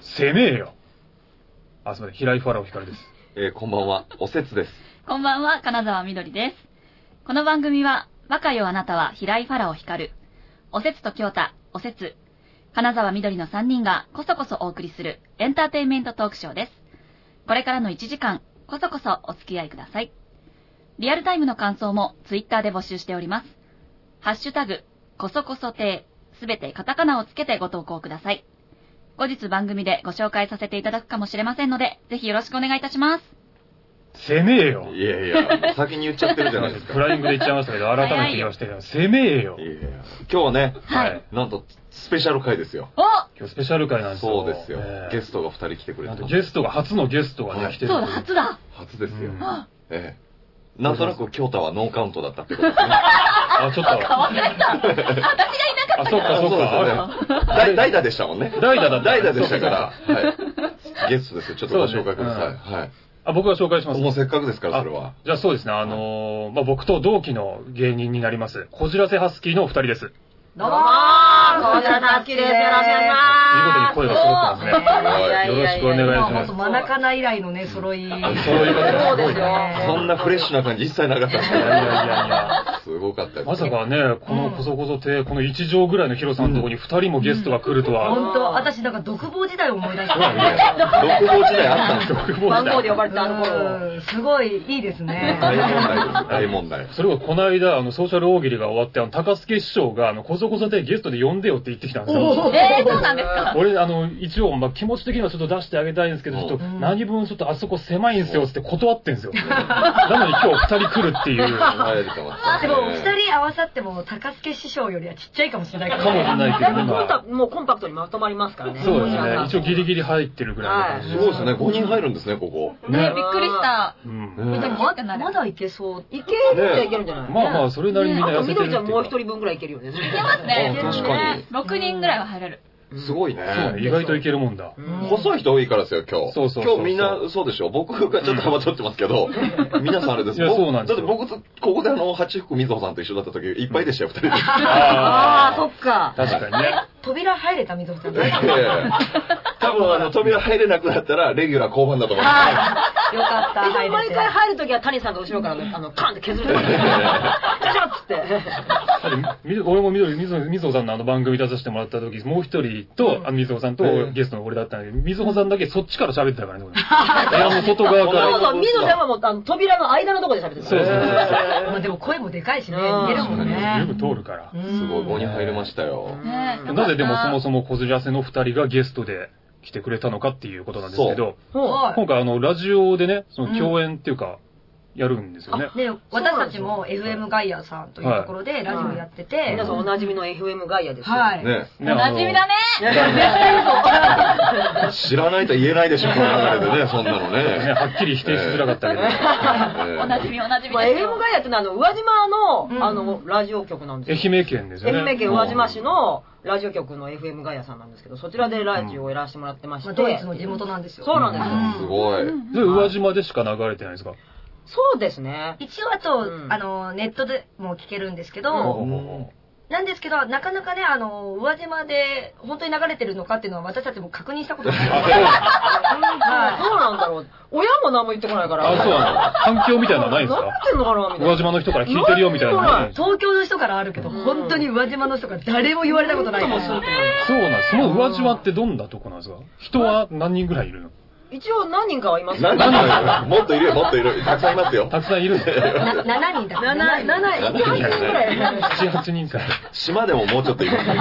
せねえよ。あ、すみません。平井ファラオ光です。えーこんばんは、おせつです。こんばんは、金沢みどりです。この番組は、バカよあなたは平井ファラオ光る、おせつと京太、おせつ、金沢みどりの3人がこそこそお送りするエンターテインメントトークショーです。これからの1時間、こそこそお付き合いください。リアルタイムの感想もツイッターで募集しております。ハッシュタグ、こそこそ亭、すべてカタカナをつけてご投稿ください。後日番組でご紹介させていただくかもしれませんので、ぜひよろしくお願いいたします。せねえよ。いやいや、もう先に言っちゃってるじゃないですか。 フライングで言っちゃいま したけど、改めて言わせて、せねえよい。やいや今日はね、はいはいなんと、スペシャル回ですよ。お今日スペシャル回なんですよ。そうですよ。ゲストが2人来てくトれなんてとますゲストが、初のゲストがはね、い来てるそというだ、初だ。初ですよ。うんええなんとなく、京太はノーカウントだったってことですね。あ、ちょっと、わかった。 私がいなかあ、ったそかうか、ら。そうそうですよかね。だい代打でしたもんね。代打だった代打でしたから。はい。ゲストですよ。ちょっとご紹介ください。はい。あ、僕が紹介します。もうせっかくですから、それは。じゃあそうですね、あのーまあ、僕と同期の芸人になります、こじらせハスキーのお二人です。というどうもー、こちらさっきです。よろしくお願いしことに声が揃ってますね。ます。よろしくお願いしますもう本当真中以来のね、揃い。揃いそういうことそうですよ。そんなフレッシュな感じ一切なかったですいやいやいね。やいや。すごかったです。まさかね、このこそこそて、この1畳ぐらいの広さのところに2人もゲストが来ると は、本当、私なんか独房時代を思い出しいやいた。や独房時代あったんですよ。独房時代。呼ばうん、すごいいいですね。大問題です。大問題。それはこの間、あの、ソーシャル大喜利が終わって、あの、高助師匠が、あの、こそこそでゲストで呼んでよって言ってきたんですよ。えー、そうなんですか。俺、あの、一応、まあ、気持ち的にはちょっと出してあげたいんですけど、ちょっと、うん何分ちょっとあそこ狭いんですよ、つって断ってんですよ。なのに今日二人来るっていう。か入れてますでね。も、二人合わさっても、高助師匠よりはちっちゃいかもしれないからもしれないけど、コン今タもうコンパクトにまとまりますからね。そうです皆ねさ。ん一応ギリギリ入ってるぐらいの感すごいですね。5人入るんですね、ここ。じ。 ねび。っくりした。うん。ねでもまだまだいけそう。いけるっちゃいけるんじゃないまあまあ、それなりにみんなあと、痩せみてるっどりてちゃんもう一いう人分ぐらいいけるよね。いけますね。あ確かに6人ぐらいは入れる。すごいね。か。そう、意外といけるもんだ。うん細い人多いからですよ、今日。そうそうそうそう今日みんな嘘でしょ僕がちょっと幅取ってますけど、皆さんあれですいやそうなんですよだって僕と、ここであの、八福みずほさんと一緒だった時、いっぱいでし たよ、二人で。あああ、そっか。確かにね。扉入れたみたいええな。多分あの、扉入れなくなったら、レギュラー降板だと思います。はい。よかった。入れて毎回入るときは谷さんが後ろからね、あの、カンって削ると こガチャッつって。だってみ俺もみどり、みぞ、みぞさんのあの番組出させてもらった時、もう一人と、あのみぞさんとうんゲストの俺だったんだけど、みぞさんだけそっちから喋ってたからね、俺。部屋の外側かそうら。そう、みどりちゃんはもう、あの、扉の間のとこで喋ってたそうそうそうまあでも声もでかいしね、うん逃げるもん十ね。分通るから。すごい、5い。人入れましたよ。ねなぜでもそもそもこずらせの二人がゲストで来てくれたのかっていうことなんですけど、も。今回あの、ラジオでね、その共演っていうか、やるんですよねあ。で私たちも FM ガイアさんというところでラジオやってて、皆さんおなじみの FM ガイアですよ。はい。ね。おねあなのじみだね。知らないと言えないでしょ、この流れでね、そんなのね、ね。はっきり否定しづらかったけど。おなじみおなじみ まあ、です FM よ。ガイアってのは、あの、宇和島の、うんあの、ラジオ局なんですよ。愛媛県ですよね。愛媛県宇和島市のラジオ局の FM ガイアさんなんですけど、そちらでラジオをやらせてもらってまして、まあ、ドイツの地元なんですよ。そうなんですうんすごい。で、宇和島でしか流れてないんですか。そうですね。一応あと、うんあの、ネットでも聞けるんですけうんど、ほうほうほうなんですけど、なかなかね、あの、宇和島で本当に流れてるのかっていうのは私たちも確認した ことない。どうなんだろう。親も何も言ってこないから。あ、そうなの反響みたいなのはないんですなかってんのかなみた宇いな。和島の人から聞いてるよみたいなのないんですか。東京の人からあるけど、うん本当に宇和島の人から誰も言われたことないから。そうなんです。その宇和島ってどんなとこなんですか人は何人ぐらいいるの一応何人かはいますなんでなんでもっといるよ、もっといる。たくさんいますよ。たくさんいるんですよ。な7人だ。 7、7、7 8人ぐらい。あ7、8人から。島でももうちょっと いますよ。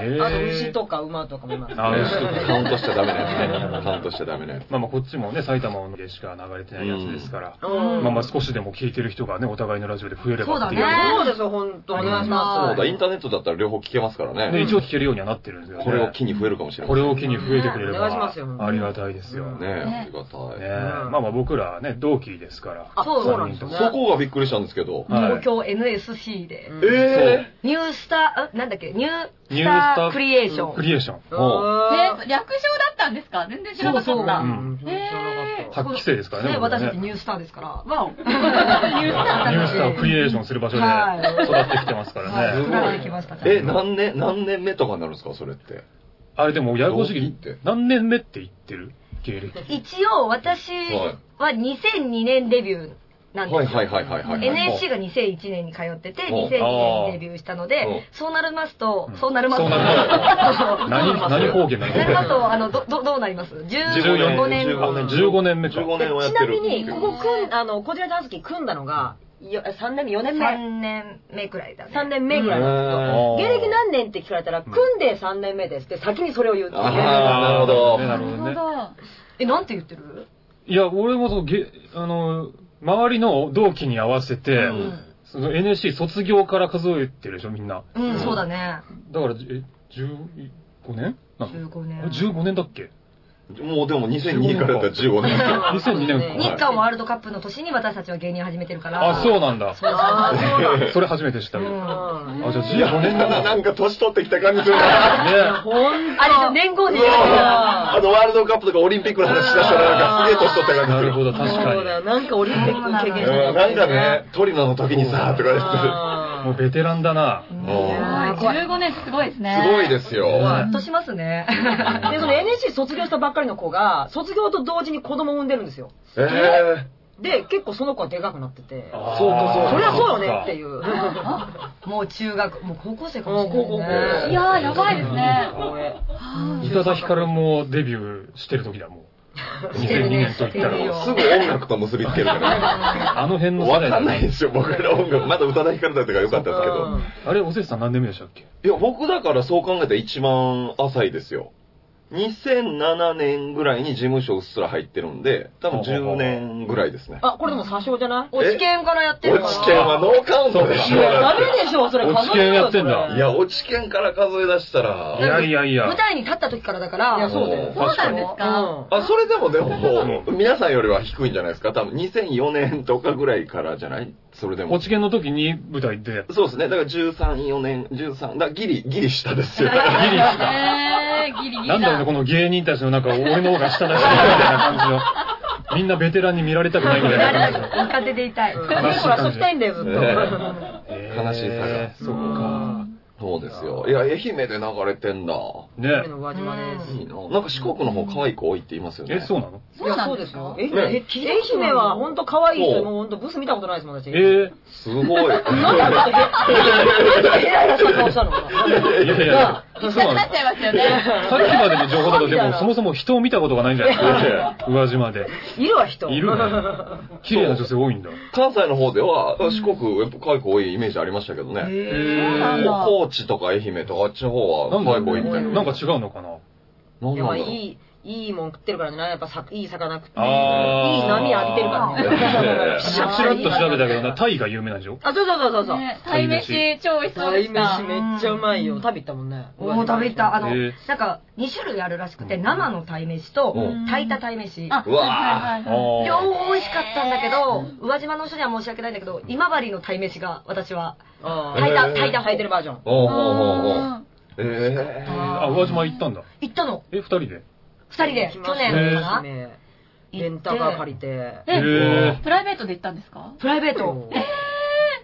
えと牛ー。とか馬とかもいます。あ牛とかカウントしちゃダメなやつね。カウントしちゃダメなやつ。まあまあこっちもね、埼玉でしか流れてないやつですから。うんまあまあ少しでも聞いてる人がね、お互いのラジオで増えればっていう。そうだねそうですよ、本当お願いしそまうす。だ、インターネットだったら両方聞けますからねね。一応聞けるようにはなってるんですよね。これを機に増えるかもしれない。これを機に増えてくれれお願いしますよば、ありがたいですよ。ねねあねりがたい。まあまあ僕らはね、同期ですから。あ、そうなんですよね。そこがびっくりしたんですけど。はい東京 NSC で、うんえニュースター、んなんだっけ、ニューニューススタターークリエーションク。リエーション。うね略称ん、だったんですか全然知らなかそうっそうた。ううん知らなかった8期生ですからね。ね、僕ら私たち ニュースターですから。わお。ニュースターニュースターをクリエーションする場所で育ってきてますからはい、ね。作られてきましたからえ、何年、何年目とかになるんですか、それって。ああれでも、ややこしいけど同期って何年目って言ってる経歴。一応私はは2002年デビューなんですよ。はいはいはいはいはい。 NSC が2001年に通ってて、お2002年デビューしたのおで、そうなりますとうん、そうなりますそと、うそなうりな何、何方言なりますのと、あの、ど、どどうなります ?15 年あ後。ね15年目か。 15年はやちってなる。みに、こここ組ん、あの、こちらダンスキー組んだのが、よ3年目、4年目。 3年目くらいだね。 3年目ぐらあいなんーですけど。芸歴何年って聞かれたら、組んで3年目ですって先にそれを言うっていうね。あーなるほどねなるほどなるね。ほど。え、なんて言ってるいや、俺もそう、げ、あの、周りの同期に合わせて、うん。その NSC 卒業から数えてるでしょ、みんな。うん、そうだね。だから、え、15年なの15年。 15年だっけもうでも2002からだったら15年。 2002年日韓ワールドカップの年に私たちは芸人始めてるから。あ、そうなんだ。あーそうなんだそれ初めて知ったうけど。んあうんあ、じゃあいや、 15年なんだ。なねんか年取ってきた感じするえ。な。ほんとれじゃ年号うで言うわあかの、ワールドカップとかオリンピックの話しだしたらなんかすげえ年取ったな感じるするほ。ど、確かそうにだ。よ、なんかオリンピックの経験うんなんかね、トリノの時にさ、とか言って。もあう ベテランだな。うんあー15年すごいですね。すごいですよ。ら。ほっとしますね。ーで、その NSC 卒業したばっかりの子が、卒業と同時に子供を産んでるんですよ。ええ。で、結構その子はでかくなってて、あーそうかそうかそりゃそうよねっていう。もう中学、もう高校生かもしもうれ高校ない生。ね。いやーやばいですねそっか宇多田ヒカルもデビューしてる時だもん。2002年と言ったしてるよら。すぐ音楽と結びつけるからね。あの辺の世わ代かだんないね。ですよ、僕ら音楽。まだ宇多田ヒカルだったからよかったですけど。あれ、おせつさん何年目でしたっけいや、僕だからそう考えたら一番浅いですよ。2007年ぐらいに事務所うっすら入ってるんで、多分10年ぐらいですね。あ、これでも詐称じゃない落ち券からやってる落から。ち券はノーカウントでしいょ。や、だダってメでしょ、それ落ち券やってんだ数えいるよや、落ち券から数え出したいやら。いやいや。舞台に立った時からだかそれいや、ら、そうだよ。そうなんですか確にあ、それでもでも、皆さんよりは低いんじゃないですか多分2004年とかぐらいからじゃないそれでも落。ち券の時に舞台で。そうですね。だから13、4年、13、だからギリ、ギリ下で すよ。ギリした。えー、ギリギリなだ。んだろうね、この芸人たちのなんか、俺の方が下だし、みたいな感じの。みんなベテランに見られたくないみたいな感じの。若手でいたい。うん。悲しいほら、遊びたいんだよ、ずっと。ね悲しい差がえーそっか。そうですよ。いや、愛媛で流れてんだ。愛媛ねの宇和島です。いいな。なんか四国の方可愛い子多いって言いますよね。え、そうなのいそうや、なそんうでですすかよ。愛媛え愛媛は本当可愛いそ人、うもう本当ブス見たことないですもん、私。え すごい。なんだちょっとヘラヘラした顔したのー、いやいやいや、 そう行きたくななっのちゃいますよね。さっきまでの情報だと、で も、そもそも人を見たことがないんじゃないです か宇和島で。いるわ、人。いる ね。綺麗な女性多いんだ。関西の方では、四国、やっぱ可愛い子多いイメージありましたけどね。えへそうなんだー。高知とか愛媛とかあっちの方はなん可だ愛い子多いみたいな。なんか違うのかななんいだや、まろあ、ういい、いいもん食ってるからね。やっぱさ、いい魚食って。いいあー波浴びてるからね。ちらちらっと調べたけどな、タイが有名なんでしょ あ、そうそうそうそうそう。ね鯛飯超美味しそうで鯛し飯た。めっちゃうまいよ。食べ行ったもんね。もう食べた。あの、へーなんか、2種類あるらしくて、うん生の鯛飯とうん、炊いた鯛飯。あ、うわーはいはいはい。両方美味しかったんだけど、宇和島の人には申し訳ないんだけど、今治の鯛飯が、私は、あー炊いへた、ー炊いた炊方いてるバージョン。おうおうおうおうあええあ、宇和島行ったんだ。行ったの。え、二人で二人で、去年へーかなレンタカー借りて。ーへえ、プライベートで行ったんですかプライベート。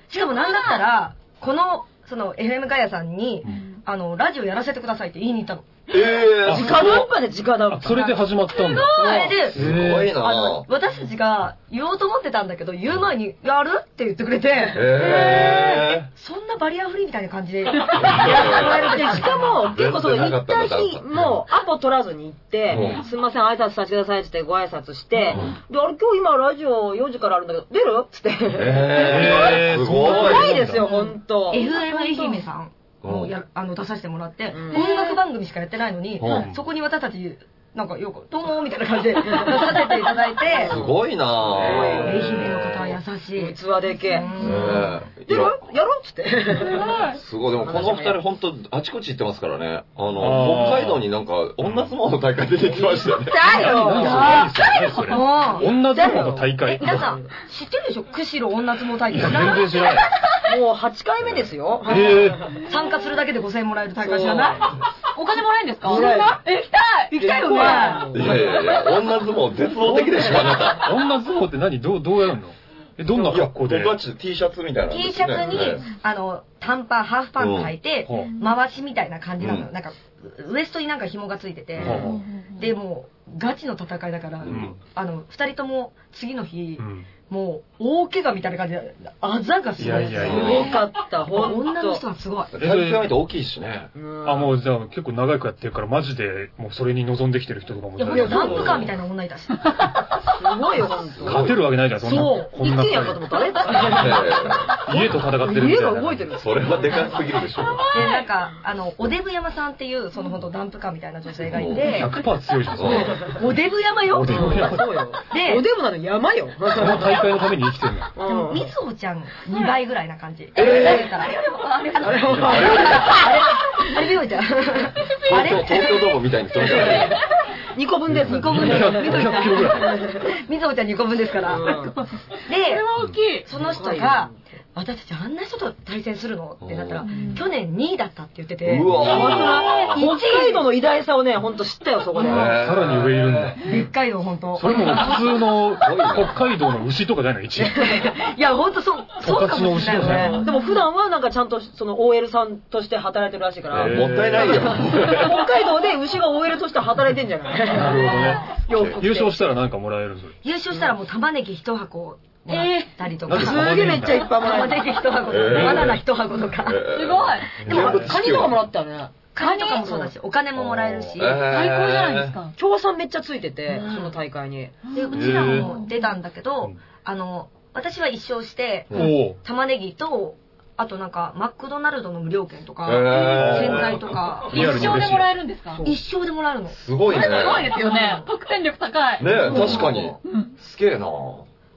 しかもなんだったら、この、その、FM ガヤさんにう、あの、ラジオやらせてくださいって言いに行ったの。ええあ直談判で直談あ判。、それで始まったんだ。それで、すごいあのな、私たちが言おうと思ってたんだけど、言う前に、やるって言ってくれて、ええそんなバリアフリーみたいな感じで、やらせてもらえるってで、しかも、結構その、行った日、もう、アポ取らずに行ってう、んすいません、挨拶させてくださいって言って、ご挨拶して、で、あれ、今日今、ラジオ4時からあるんだけど、出るっつって。 ええすごい。怖いですよ、ほんと。 FM 愛媛さんうもんやあの出させてもらって、うん音楽番組しかやってないのに、うんそこに私たち、なんかよく、どうもみたいな感じで出させていただいて、すごいな愛え媛の方は優しい。器でけえ。うんええ出るやろっつって。すごい。でもこの二人本当あちこち行ってますからね。ああのー、北海道になんか女相撲の大会出てきましたよね。だ よ何それもう女相撲の大会え、皆さん、知ってるでしょ釧路女相撲大い会や、。全然知らない。もう8回目ですよ。え参加するだけで5000円もらえる大会知らないお金もらえるんですかもらえるえ、行きたい行きたいよねいやいやいや、女相撲絶望的でしょ、あなた。ー、女相撲って何どう、どうやるのえ、どんないや、格こ好でれガチで T シャツみたいな、ね。 T シャツに、ねあの、短パン、ハーフパンツ履いて、ほう回しみたいな感じなのよ。うんなんか、ウエストになんか紐がついてて、ほうほうで、もう、ガチの戦いだから、うんあの、二人とも次の日、うんもう、大怪我みたいな感じで、あざがすごい。いやいやいすやごかった、ほんと。女の人はすごい。体重がないと大きいしね。うんあ、もうじゃあ結構長くやってるから、マジで、もうそれに望んできてる人とかもいや、ほんいやと、なダんンとプカーみたいな女いたし。すごいよ、ほんと。勝てるわけないじゃん、そんな。そう。こん一な軒家かと思った。あれ家と戦ってるみ家たいな。が動いてる。それはでかすぎるでしょ。で、なんか、あの、おデブ山さんっていう、そのほんとダンプカーみたいな女性がいて、 100%強いじゃん、そうんれ。おデブ山よおうデブんそうよ。でおでぶなの山よ。その大会のために生きてるの。うでも、んみずほちゃん2倍ぐらいな感じ。えーだからあれ、あれ、あれ、みほちゃん。 あ東京、れ、東京ドームみたいにするからね。二個分です。二個200分です。キロぐらい。みずほちゃん2個分ですから。で、大きいその人が、私たちあんな人と対戦するのってなったら、去年2位だったって言ってて、うわ北海道の偉大さをね、ほんと知ったよ、そこで。ねさらに上いるんだ。北海道本当そ。れも普通の北海道の牛とかじゃないの、一位。いや、本当そう、そうかもしれないよね。でも普段はなんかちゃんとその OL さんとして働いてるらしいから、あもったいないよ。北海道で牛が OL として働いてんじゃないなるほどね。洋服着て優勝したらなんかもらえるそれ。優勝したらもう玉ねぎ1箱もらったりとか、えーすげえめっちゃいっぱいもら玉えたねぎ1箱とか、えーバナナ1箱とか、すでもカニとかもらったよねカニとかもそうだし、お金ももらえるし、で、最高じゃないです。か。協賛めっちゃついてて、うんその大会にうちらも出たんだけどうん、あの、私は一勝して、うんおお。玉ねぎと、あとなんか、マクドナルドの無料券とか、えー洗剤とか、リアルに一生嬉でしいもらえるんですかそう一生でもらえるの。すごいね。これすごいねですよね。得点力高い。確かに。うんすげえな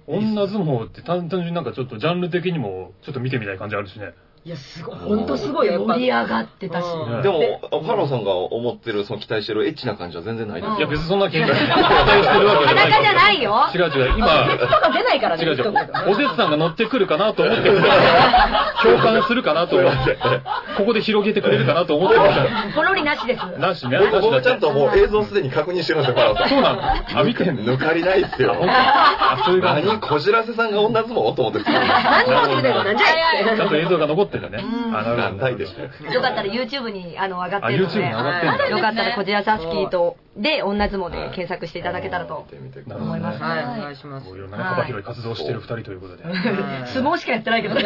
女相撲って単単純になんかちょっとジャンル的にもちょっと見てみたい感じあるしね。いやすごいほんとすごいよやっぱ盛り上がってたし。うんうんでも、ファローさんが思ってる、その期待してるエッチな感じは全然ないですうんいや別にそんな 気がない。期待してるわけじゃない。裸じゃないよ違う違う。今、結果が出ないからね違う違う言っとくけど。おせつさんが乗ってくるかなと思ってるから共感するかなと思って。ここで広げてくれるかなと思ってました。ポロリなしです。なしね。僕も私ちゃだんけ。ともう映像すでに確認してるんですよ、ファローさん。そうなのあ、見てん の抜かりないっすよ。あ、そういう感じ。何こじらせさんが女相撲と思ってる何も出てないなんじゃいってちゃんと映像が残ってるね。うんあ、なるなほんど。ないでしょ。よかったら YouTube にあの上がってあ、る YouTube のに上で、がってんだ。よかったらこちらサスキーと、で、女相撲で検索していただけたらと見。てみてくだなさるほい。どね。はいお願いしますこういろんなね幅広い活動をしてる二人ということで。はい相撲しかやってないけど ね。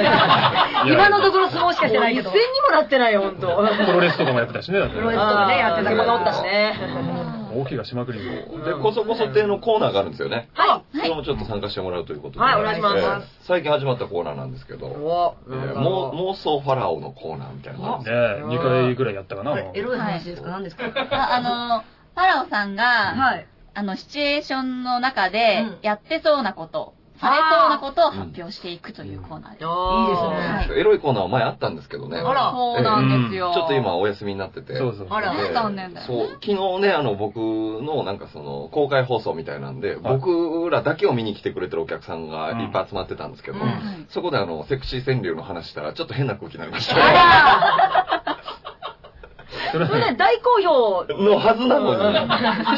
今のところ相撲しかしてないけどもう一。戦にもなってないよ、本当。プロレスとかもやってたしね。だってプロレスとかねやってた子からがおったしね。大怪我しまくりも。で、こそこそ亭のコーナーがあるんですよね。はそれもちょっと参加してもらうということで。。はいお願いします最近始まったコーナーなんですけど、い。えおーもう妄想ファラオのコーナーみたいなのがあるんねですよ。 2回ぐらいやったかな。こもれうエロい話ですか何ですかああの、パラオさんが、はい。あの、シチュエーションの中でうん、やってそうなこと、されそうなことを発表していくというコーナーです。いいですねはいエロいコーナーは前あったんですけどね。あらそうなんですよ。ちょっと今お休みになってて。そうそう。あらで残念だよねそう、昨日ね、あの、僕のなんかその、公開放送みたいなんで、はい僕らだけを見に来てくれてるお客さんがいっぱい集まってたんですけど、うんはいそこであの、セクシー川柳の話したら、ちょっと変な空気になりました。それそれはね、大好評。のはずなのに。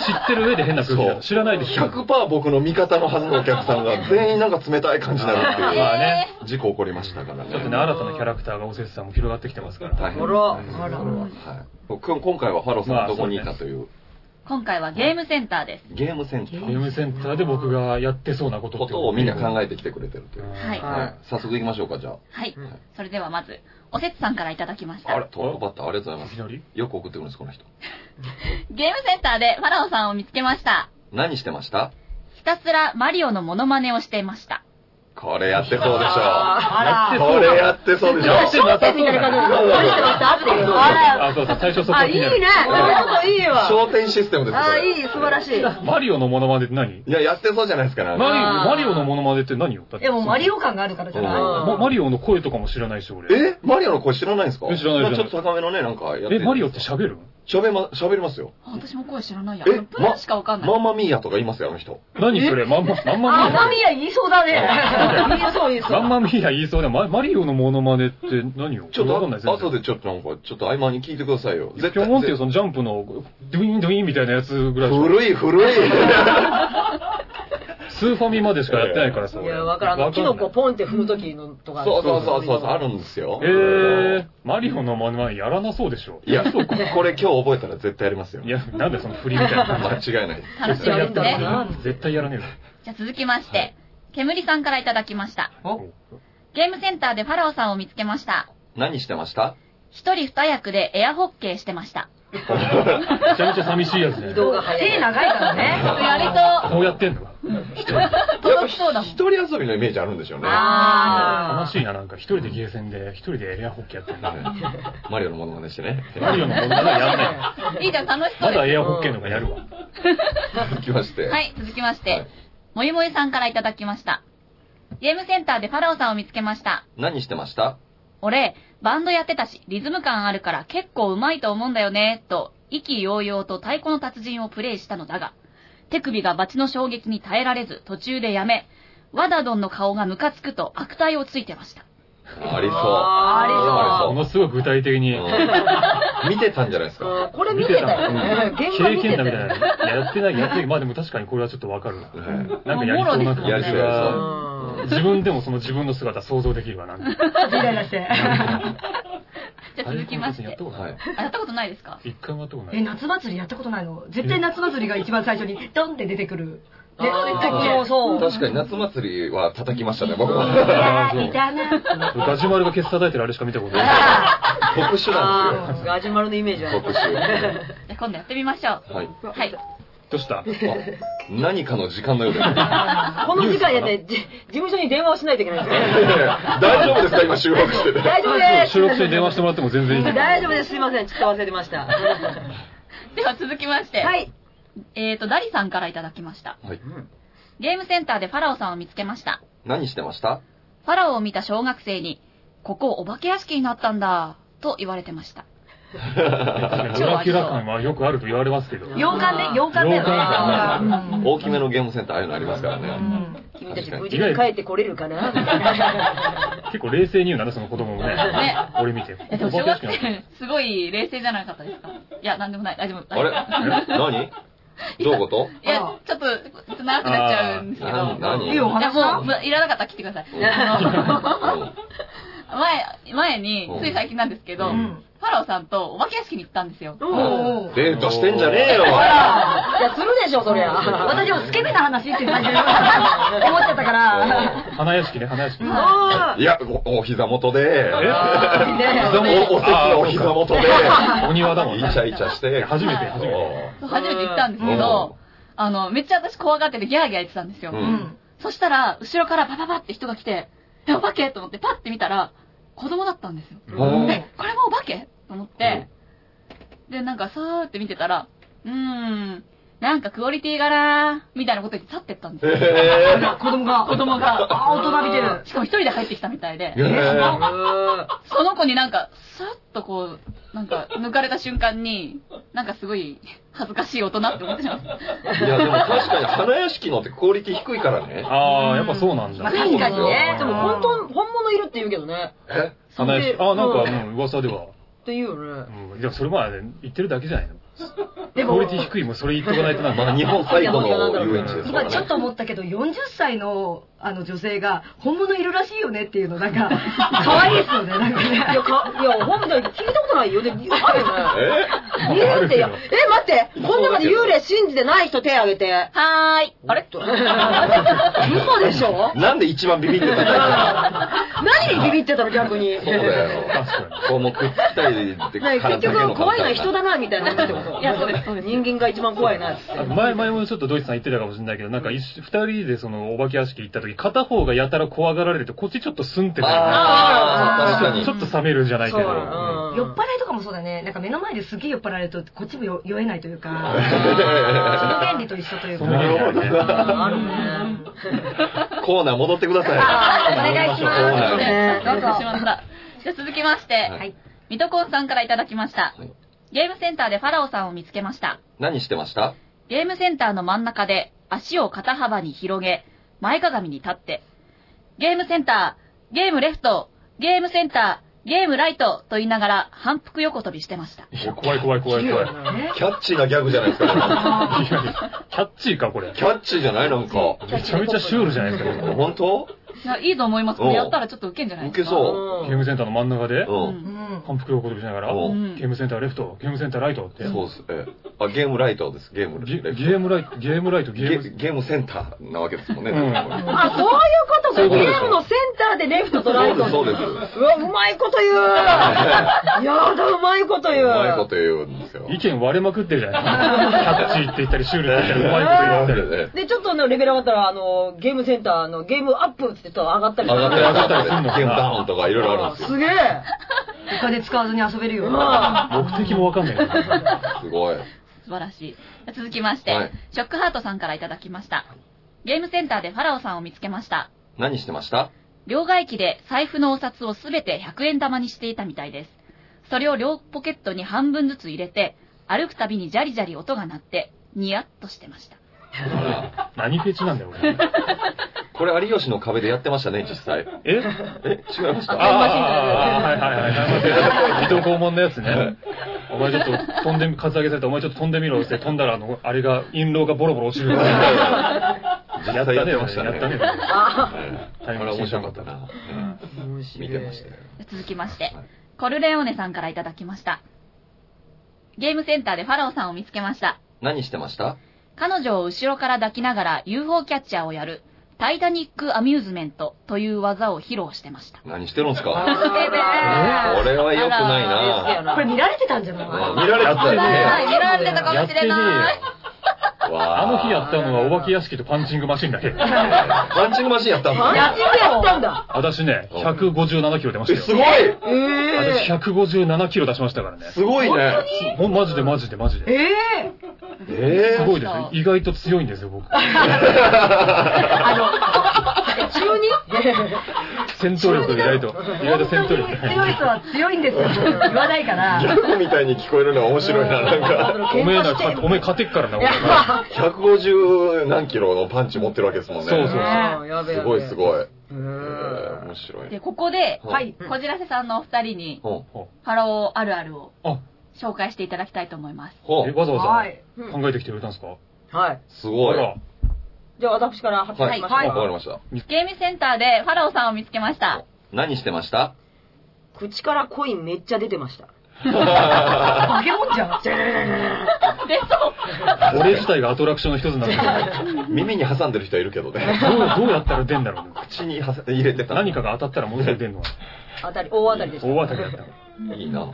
知ってる上で変な空気だそう知らないでしょ。 100%僕の味方のはずのお客さんが全員なんか冷たい感じになるってまあいうね。事故起こりましたからね。ちょっとね、新たなキャラクターがおせつさんも広がってきてますから。大変あら大変あらはい僕今回はファローさんどこにいたという今回はゲームセンターです。ゲームセンターゲームセンターで僕がやってそうなことことをみんな考ええてきてくれてるという。はいはい早速行きましょうか、じゃはいうん。それではまず、おせつさんからいただきましあ。あたれ。トップバッターありがとうごいざいまきす。なりよく送ってくるんです、この人。ゲームセンターでファラオさんを見つけました。何してましたひたすらマリオのモノマネをしていました。これやってそうでしょ。あこれやってそうでしょ。やってなさそうみたいなだ感じなで、何してましたっていう。ああ、そうそう、最初そこら、あ、い気にいなね。るちょっといいわ。焦点システムです、こあ、れいい、素晴らしい。マリオのモノマネって何いや、やってそうじゃないですか、なんかマリオ、あーマリオのモノマネって何よだってでもマリオ感があるからじゃうなんいまマリオの声とかも知らないし、俺。えマリオの声知らないんですかえ知らないまあちょっと高めのね、なんかやってえ、マリオって喋る喋ま、喋りますよ。あ私も声知らないや。えあのプロしかわかんない。ママミーヤとか言いますよ、あの人。何それまんま、まんまみあ、やマミヤ言いそうだね。いいそう、いいそう。まんまみや言いそうだ。ママリオのモノマネって何よちょっわかんないと、後でちょっとなんか、ちょっと合間に聞いてくださいよ。絶対。ピョンってそのジャンプ の、ドゥイーンドゥイーンみたいなやつぐらいしか古い、古い。ススーファミまでしかやってないからさ。い俺や、わからん。あの、キノコわポンって踏むときのとか。そうそうそうそう、あるんですよか。んない。えー、マリオの真似はやらなそうでしょ。いや、 これ今日覚えたら絶対やりますよ。いや、なんでその振りみたいな間感じ。違いない。楽しみですいやね。な絶対やらねえぞ。じゃあ続きまして、煙さんからいただきました。おゲームセンターでファラオさんを見つけました。何してました一人二役でエアホッケーしてました。めちゃめちゃ寂しいやつじゃ移ない。動が早手い。長いから割ね。と、こうやってんのか。届きそうだも一人ん。遊びのイメージあるんでしょうね。あ楽しいな、なんか一人でゲーセンで、一人でエアホッケーやってんだ。はいマリオのものまねしてね。マリオのものまだやんない。いいじゃん、楽しそまうですだ。エアホッケーのがやるわ。続きまして。はい、続きまして、はいもゆもゆさんからいただきました。ゲームセンターでファラオさんを見つけました。何してました俺、バンドやってたし、リズム感あるから結構うまいと思うんだよね、と、意気揚々と太鼓の達人をプレイしたのだが、手首がバチの衝撃に耐えられず、途中でやめ、ワダドンの顔がムカつくと悪態をついてました。ありそう。ありそうあものすごい具体的に、うん見てたんじゃないですか。うんこれ見てたよね。現場経見て験た談みよたいな。ね。やってない、やってない。まあでも確かにこれはちょっとわかるな。はなんかやりそうな感じいやりそうやりうが、ん自分でもその自分の姿想像できるわ、なんか。イライラして。じゃあ続きましやってた。ことはないい。あやったことないですか一回もやったことなえ、い。夏祭りやったことないの絶対夏祭りが一番最初にドンって出てくる。あで、ーそうそう。 確かに夏祭りは叩きましたね、僕いは。 やーいたなってねガジュマルがケツ叩いてるあれしか見たことない。特殊なんあーガジュマルのイメージはですよ。特殊。じゃあ今度やってみましょう。はい。はい。どうしたあ何かの時間のようです。 この時間やって、じ事務所に電話をしないといけないんですよ。 大丈夫ですか今収録してて。大丈夫です。収録中に電話してもらっても全 然いい。大丈夫です。すいません。ちょっと忘れてました。 では続きまして、はい。えーと、ダリさんからいただきました。はいゲームセンターでファラオさんを見つけました。何してま したファラオを見た小学生に、ここお化け屋敷になったんだ、と言われてました。ドラキュラ感はよくあると言われますけど。洋館ね、洋館だよね。洋洋館大きめのゲームセンターああいうのありますからうね。ん君たち無事に帰ってこれるかなみたいな。結構冷静に言うんだね、その子供もね。俺見て。え、でもお小化け屋学敷なんだ生、すごい冷静じゃなかったですかいや、なんでもない。大丈夫。あれ何どういうこといや、ちょっと、長くなっちゃうんですけど。何何いいおいや、話もだう、むいらなかったら切ってください。う前、前にう、んつい最近なんですけど、うフんァラオさんとお化け屋敷に行ったんですよ。おんー。デートしてんじゃねえよ。いや、するでしょ、そりゃ。私もスケベな話って感じ で思っちゃったから。花屋敷ね、花屋敷。あーいや、おお膝元で、えおお席のお膝元で、お庭だもんイね。チャイチャして、初めて、初めて。そう初めて行ったんですけど、あの、めっちゃ私怖がっててギャーギャー言ってたんですよ。ううんん。そしたら、後ろからパパパって人が来て、え、お化けと思って、パって見たら、子供だったんですよ。おーで、これもお化けと思って、で、なんかさーって見てたら、うーん、なんかクオリティがなー、みたいなこと言って去ってったんですよ。えー子供が。子供が。あ、大人びてる。しかも一人で入ってきたみたいでえ、ーその子になんか、さっとこう、なんか、抜かれた瞬間に、なんかすごい、恥ずかしい大人って思ってしまった。いや、でも確かに花屋敷のってクオリティ低いからね。ああ、やっぱそうなんだ。まあ確かにね。でも本当、本物いるって言うけどね。え花屋敷。ああ、なんうか、うん、噂では。って言うよね。うん、でもそれまあ言ってるだけじゃないの。でクオもリ、ティ低いもんそれ言っとかないとな。まあ日本最後の遊園地ですから今ちょっね。と思ったけど、40歳の、あの、女性が、本物いるらしいよねっていうの、なんか、可愛いですよね、なんかいね。や、か、いや、ほんとに聞いたことないよ。で、あるよね。え 見えるってよ。え、待って、この中で幽霊信じてない人手挙げて。はーい。あれ嘘でしょなんで一番ビビってたんだ何にビビってたの逆に。そうだよ。確かこうもう食ったりでね結局怖いのは人だ。だな、みたいなってこと。いやそうですそうです人間が一番怖いな、つって。に。前、前もちょっとドイツさん言ってたかもしれないけど、なんか一緒、二人でその、お化け屋敷行った時、片方がやたら怖がられて、こっちちょっとスンってなるああ、確かに。ちょっと冷めるんじゃないけそうど。ううんん酔っ払いとかもそうだね。なんか目の前ですげえ酔っ払えると、こっちも酔酔えないというあか、その原理と一緒というそか。のお原理だね。ーあるね。コーナー戻ってくださ願いします。ねどうぞ。しまった。じゃあ続きまして、はいミトコンさんからいただきましたはい。ゲームセンターでファラオさんを見つけました。い。何してましたゲームセンターの真ん中で足を肩幅に広げ、前かがみに立って、ゲームセンター、ゲームレフト、ゲームセンター、ゲームライトと言いながら反復横跳びしてました。お怖い怖い怖い怖い。ねキャッチーなギャグじゃないですか。いやいやキャッチーか、これ。キャッチーじゃないなんか。めちゃめちゃシュールじゃないですか、こ本当いや、いいと思います。こおれうやったらちょっとウケんじゃないいでけすか。そう。れゲームセンターの真ん中で、う。うんん。う反復横跳びしながら、おうんゲームセンターレフト、ゲームセンターライトって。そうです。ええあ、ゲームライトです。ゲームゲゲライト。ームライト、ゲームライト、ゲゲーム、ゲームセンターなわけですもんね。うんそうあ、そうそういいこううこととでゲすームのセンターでレフトとライでト。す、そうです。うわ、うまいこと言う。やだ、うまいこと言う。うまいこと言うんですよ。意見割れまくってるじゃないですか。キャッチーって言ったり、シュールって言ったり、うまいこと言なっんたり で。ね。で、ちょっとのレベル上がったら、あの、ゲームセンターのゲームアップっつってちょっと上がったり上がったり上がった上がりったりすんのかなゲームダウンとかいろいろあるんですすよ。げえ。お金使わずに遊べるよ。うわ目的もわかんないから。すごい。素晴らしい。続きまして、はいショックハートさんからいただきました。ゲームセンターでファラオさんを見つけました。何してました両替機で財布のお札をすべて100円玉にしていたみたいです。それを両ポケットに半分ずつ入れて、歩くたびにジャリジャリ音が鳴って、ニヤッとしてました。何フェチなんだよ、俺。これ有吉の壁でやってましたね、実際。ええ違いましああ、たはいはいはい。伊藤肛門のやつね。お前ちょっと飛んで、カツアゲされて、お前ちょっと飛んでみろって飛んだら、あの、あれが、陰謀がボロボロ落ちるから。実やった際ね、やってやっましたね。たね。あええタイあムれマシー面ンさ白んかったな。えー面え白い見てましたよ。続きまして、はいコルレオーネさんからいただきました。ゲームセンターでファラオさんを見つけました。何してました彼女を後ろから抱きながら UFO キャッチャーをやる、タイタニックアミューズメントという技を披露してました。何してるんすあからこれは良くないあらなこれ見られてたんじゃうんない見られてたはね。い、見られてたかやもっしてねえれよない。。あわーの日やったのはお化け屋敷とパンチングマシンだけ。パンチングマシンやったんマだ。ジでやったんだ。私ね、157キロ出ましえたよす。ごいええ私157キロ出しましたからね。すごいね。ほんマジでマジでマジで。えええすごいですよ。意外と強いんですよ、僕。中に 戦闘力意外と。意外と戦闘力強い人は強いんですよ。言わないから。ギャグみたいに聞こえるのは面白いな、なんか。おめえな、かおめえ勝てっからな、俺が。 150何キロのパンチ持ってるわけですもんね。そうそううんやべすごいすごい。い。うえーん面白いで、ね。ここで、ははいい。こじらせさんのお二人に、ほうファラオあるあるをあ、紹介していただきたいと思います。ほえうわざわはい。ざ考えてきてくれたんですかはい。すごあい。はらじゃあ私から発表い。しわまかりしょう。ました。ゲームセンターでファラオさんを見つけました。何してました口からコインめっちゃ出てました。化け物じゃん。で、そう。俺自体がアトラクションの一つになってる耳に挟んでる人いるけどね。 どう、どうやったら出んだろうね。口に挟入れてた。何かが当たったらもうすぐ出んのは。当たり、大当たりでした。大当たりだったの。いいな。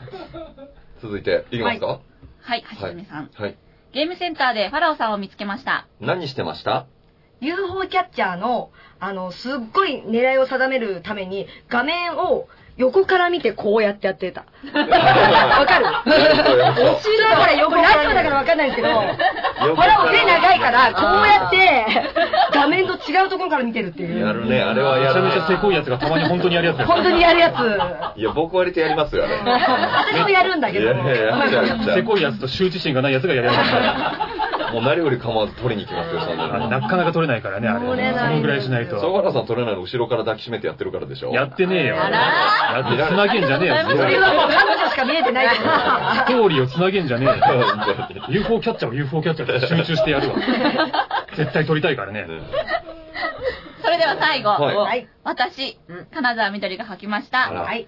続いて、いきますかははい、橋爪さん、い。ゲームセンターでファラオさんを見つけました。何してました UFO キャッチャーの、あの、すっごい狙いを定めるために、画面を横から見てこうやってやってた。わかる何それ面白いから横ラジオだからわかんないんですけ横ど、かほらら、手長いから、こうやって、画面と違うところから見てるっていう。やるね、あれはめやちゃるめちゃせね。こいやつがたまに本当にやるやつだよ本当にやるやつ。いや、僕割とやりますよ、あ れ。私もやるんだけいど。やいややっちゃうやっちゃせうこいやつと羞恥心がないやつがやるやつだよもう何より構わず取りに行きますよ、そんあなれの。なかなか取れないからね、あれ。取れないそのぐらいしないと。相原さん取れないの後ろから抱きしめてやってるからでしょやってねえよ。あやって、つなげんじゃねえよ。それはもう彼女しか見えてないけど。ストーリーをつなげんじゃねえよ。本当に UFO キャッチャーは UFO キャッチャーで集中してやるわ。絶対撮りたいからね。ねそれでは最後、はいはい。私うん、金沢みどりが吐きましあらた。はい。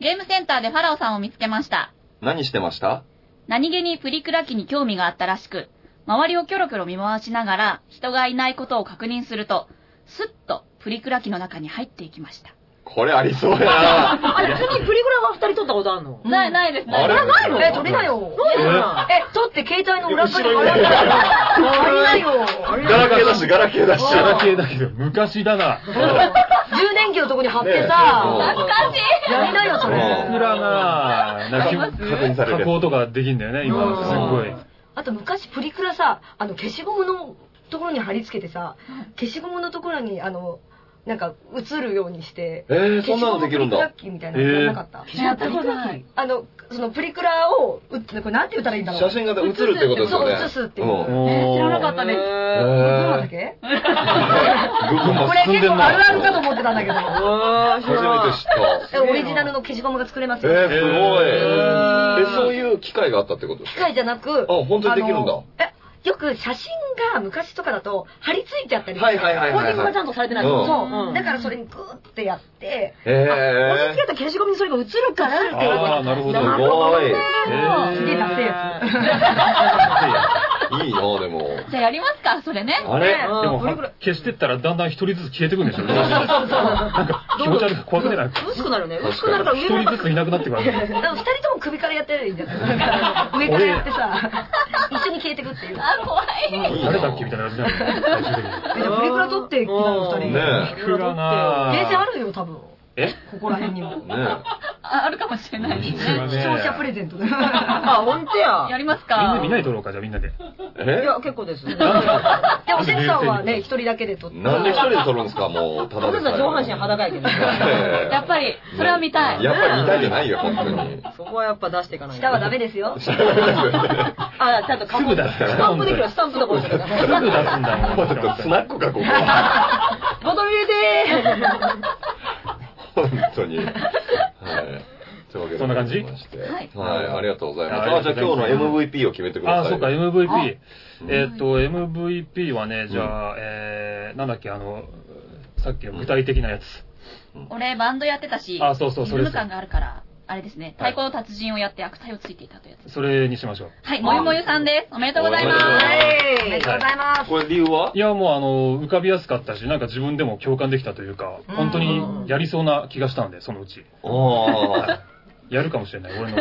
ゲームセンターでファラオさんを見つけました。何してました何気にプリクラ機に興味があったらしく、周りをキョロキョロ見回しながら、人がいないことを確認すると、スッとプリクラ機の中に入っていきました。これありそうやな。あれ、次プリクラは二人取ったことあるのうんない、ないですね。あれないのえ、取れなよ。そうなえ、取って携帯の裏っ側に後ろに取れないよ。ガラケーだし、ガラケーだし。ガラケーだけど、昔だな。充電器のとこに貼ってねさ、懐かしやりなよ、それ。プラななんか確認され加るやつ工とかできんだよね、今。すっごい。あと昔プリクラさ、あの消しゴムのところに貼り付けてさ、消しゴムのところにあの、なんか映るようにして、えー、そ消んしなゴのムできるんプリクラだ。機みたいなのやんなかった、いやったことない。あの、そのプリクラを、うこれなんて言ったらいいんだろう。写真が映るってことですよね。そう映すっていううんえー知らなかったねです。えどうなんだっーけ馬これ進ん結でん構なあるあるかと思ってたんだけど。初初めて知った。でもオリジナルの消しゴムが作れますえー、よ。すごい。へえー、そういう機会があったってことです機か械じゃなく、あ本当にできるんだあのえよく写真が昔とかだと貼り付いちゃったりしてはいはいはいコーはテいはィングがいち。ゃんとされてない。うんそう、うんだからそれにグーってやって、あこのえ時やったら消しゴムにそれが映るからって言ああ、わなるほー、ど。すごい。れて、で、出せやつ。いいなでも。じゃあやりますか、それね。あれでもうんどれくらい、消してったらだんだん一人ずつ消えてくんでしょなんか気持ち悪く怖くねえな。薄くなるね。薄くなるから一上人のずついなくなってくる。でも二人とも首からやってるいいんじゃ ないですか。上からやってさ、一緒に消えてくっていう。あ、怖い。誰だっけみたいな感じになる。最終的に。えじゃあプリクラ撮ってきたの二人。ねいくらな電車あるよ、多分。えここら辺にも。ねああるかもしれないですね。視聴者プレゼン トで。あ、ほんとや。やいりますみんかな、。みんなで撮ろうか、じゃあみんなで。 えや、結構です。で、おせんさんはね、一人だけで撮って。なんで一人で撮るんですかもう、ただ彼で女は上半身裸やけど。やっぱり、それは見たい。やっぱり見たいじゃないよ、本当に。 そこはやっぱ出していかないと。下はダメですよ。あ、ちゃんとカすぐ出すかスら。タン本当プできにるスタンプどころじゃすぐ出すんない。だよ、ちょこっちらとスナックか、ここは。ボトル入れて本当に。はい。というわけでそんな感じございましてはいはい、ありがとうございます。はいあ、じゃあ今日の MVP を決めてくだあさあ、い。そうか、MVP う。んえーっと、MVP はね、じゃあ、えー、なんだっけ、あの、さっきの具体的なやつ。俺、バンドやってたし、あそうそうそれリでズすム感があるから、あれですね、太はい鼓の達人をやって悪態をついていたというやつ。それにしましょう。はい、もゆもゆさんです。おめでとうございまおす。おめでとうございます。これ理由 はいや、もうあの、浮かびやすかったし、なんか自分でも共感できたというか、本当にやりそうな気がしたんで、そのうち。あやるかもしれない、 俺の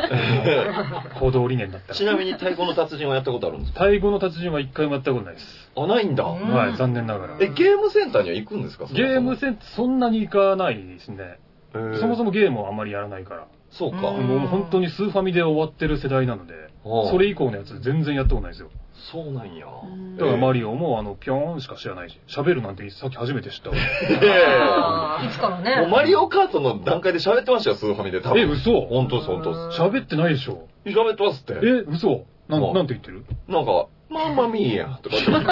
行動理念だったあ。ちら。なみに太鼓の達人はやったことあるんですかタイ語の達人は一回もやったことないです。あ、ないんだ。うんはい、残念ながら。え、ゲームセンターには行くんですかゲームセンターそんなに行かないですね。ターそもそも。もゲームをあんまりやらないから。そうか。うんもう本当にスーファミで終わってる世代なので、ああそれ以降のやつ全然やったことないですよ。そうなんや。んだからマリリオもあの、ピョーンしか知らないし、喋るなんてさっき初めて知ったわ。えいつからえもうね。マリオカートの段階で喋ってましたよ、スーファミで多分。 え、嘘本当です、本当です。喋ってないでしょ。喋ってますって。え、嘘な、うんんなんて言ってるなんか、マンマミーや、とか言って絶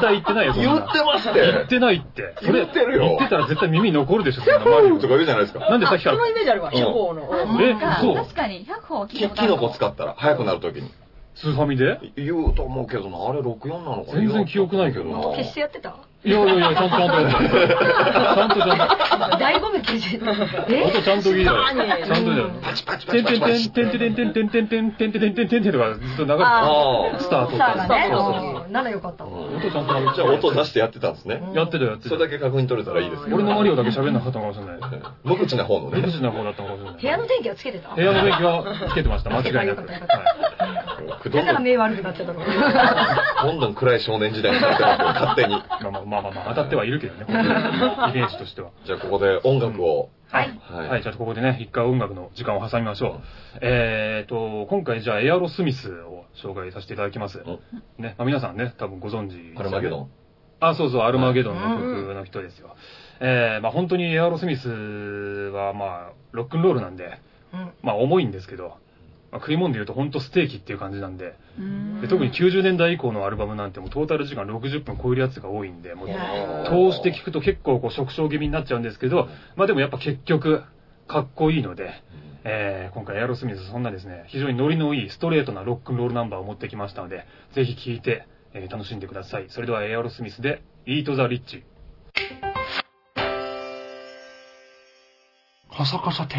対言ってないよ、そん言っな。てまし。言っててないって。それ言ってるよ言ってたら絶対耳に残る でしょ、そんな マリオとか言うじゃないですか。なんでさっきかそのらイメージあるわ、うん手法の。あえなんかそう確かに、100本聞キいたことあキるノコ使ったら、早くなるときに。スーファミで言うと思うけどな、あれ64なのかな全然記憶ないけどな消してやってたいやいやいや、ちゃんとちゃんと やってる。ちゃんとちゃんと。醍醐味消してた。あ えとちゃんと聞いたよ。確かにちゃんとだよ。パチパチパてチんパてチんてパんチ。てんてんてんてんてんてんてんてんてんてんてんとかずっと流れてる。あスタートさあがね、そううんならよかったわ。音ちゃんと鳴るじゃあ音出してやってたんですね。やってたやってそたれ。だけ確認取れたらいいですね。俺のマリオだけ喋んなかったのかもしれない。無口な方の無ね。口な方だったのかもしれない。部屋の電気はつけてた部屋の電気はつけてました、間違いなく。はいどんどだからん、目悪くなっちゃったの。はどんどん暗い少年時代になってますよ勝手に。まあまあまあまあまあ、当たってはいるけどね、こ のイメージとしては。じゃあここで音楽を。い。はい。はい、じゃあここでね、一回音楽の時間を挟みましょう。えーと、今回じゃあエアロスミスを紹介させていただきます。ね、まあ、皆さんね、多分ご存知ですよね、アルマゲドン。あ、そうそう、アルマゲドンの曲の人ですよ。えーまあ本当にエアロスミスはまあ、ロックンロールなんで、うんまあ重いんですけど、まあ、食い物で言うと本当ステーキっていう感じなんでうーんで、特に90年代以降のアルバムなんてもうトータル時間60分超えるやつが多いんで、もういや通して聞くと結構こう食傷気味になっちゃうんですけど、まあでもやっぱ結局、かっこいいので、えー今回エアロスミスそんなですね、非常にノリのいいストレートなロックンロールナンバーを持ってきましたので、ぜひ聴いて、えー楽しんでください。それではエアロスミスで、イートザリッチ。カサカサて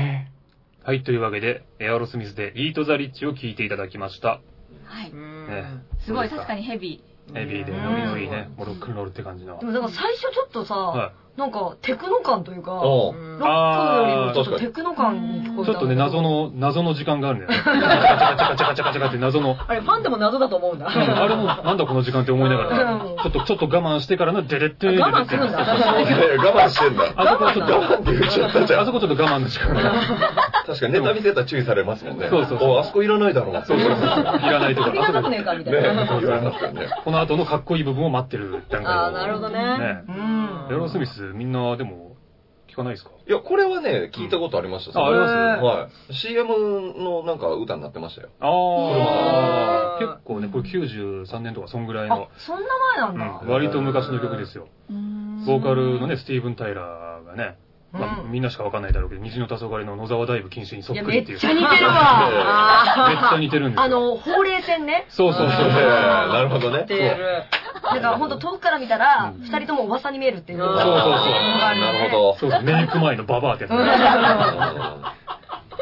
はい、というわけで、エアロスミスで、イートザリッチを聴いていただきました。はい。ねすごい、確かにヘビエビーでノリのいいね、もうロックンロールって感じの。でもだから最初ちょっとはさ、なんかテクノ感というか、ロおうックよりもちょっあとーテクノ感に聞こえちょた。っとね、謎。の、謎の時間があるんだよね。ガチャガチャガチャガチャガチャガチャって謎の。あれ、ファンでも謎だと思うんだ。うんあれも、なんだこの時間って思いながらうん、ちょっと、ちょっと我慢してからの、デレッテ我慢するんいだ。やいや我慢してんだ。あそこちょっと、我慢って言っちゃったじゃあんそ。こちょっと我慢の時間が。確かにネタ見せたら注意されますもんね。そうそうそうおあそこいらないだろう。そうそうそう。いらないと こ首ろ。がなくねえかみたねいな。そうそう言われますよね。この後のかっこいい部分を待ってる段階ああ、なるほどね。ねうエアロん。スミス、みんな、でも、聞かないですかいや、これはね、聞いたことありました。あありますはい。CM のなんか歌になってましたよ。あへーー結構ね、これ93年とかそんぐらいあの、、そんな前なんだ。うん割と昔の曲ですよ。うーんボーカルのね、スティーブン・タイラーがね、まあ、うんみんなしかわかんないだろうけど、虹の黄昏の野沢ダイブ禁止にそっいや、くめりっっていう。ちゃ似てるわ。めっちゃ似てるんですよ。あの、ほうれい線ね。そうそうそう えーそう。なるほどね。てる。だからほんと遠くから見たら、うん二人ともおばさんに見えるっていう。そうそうそうなるほど。そうそう、メイク前のババアってやつね。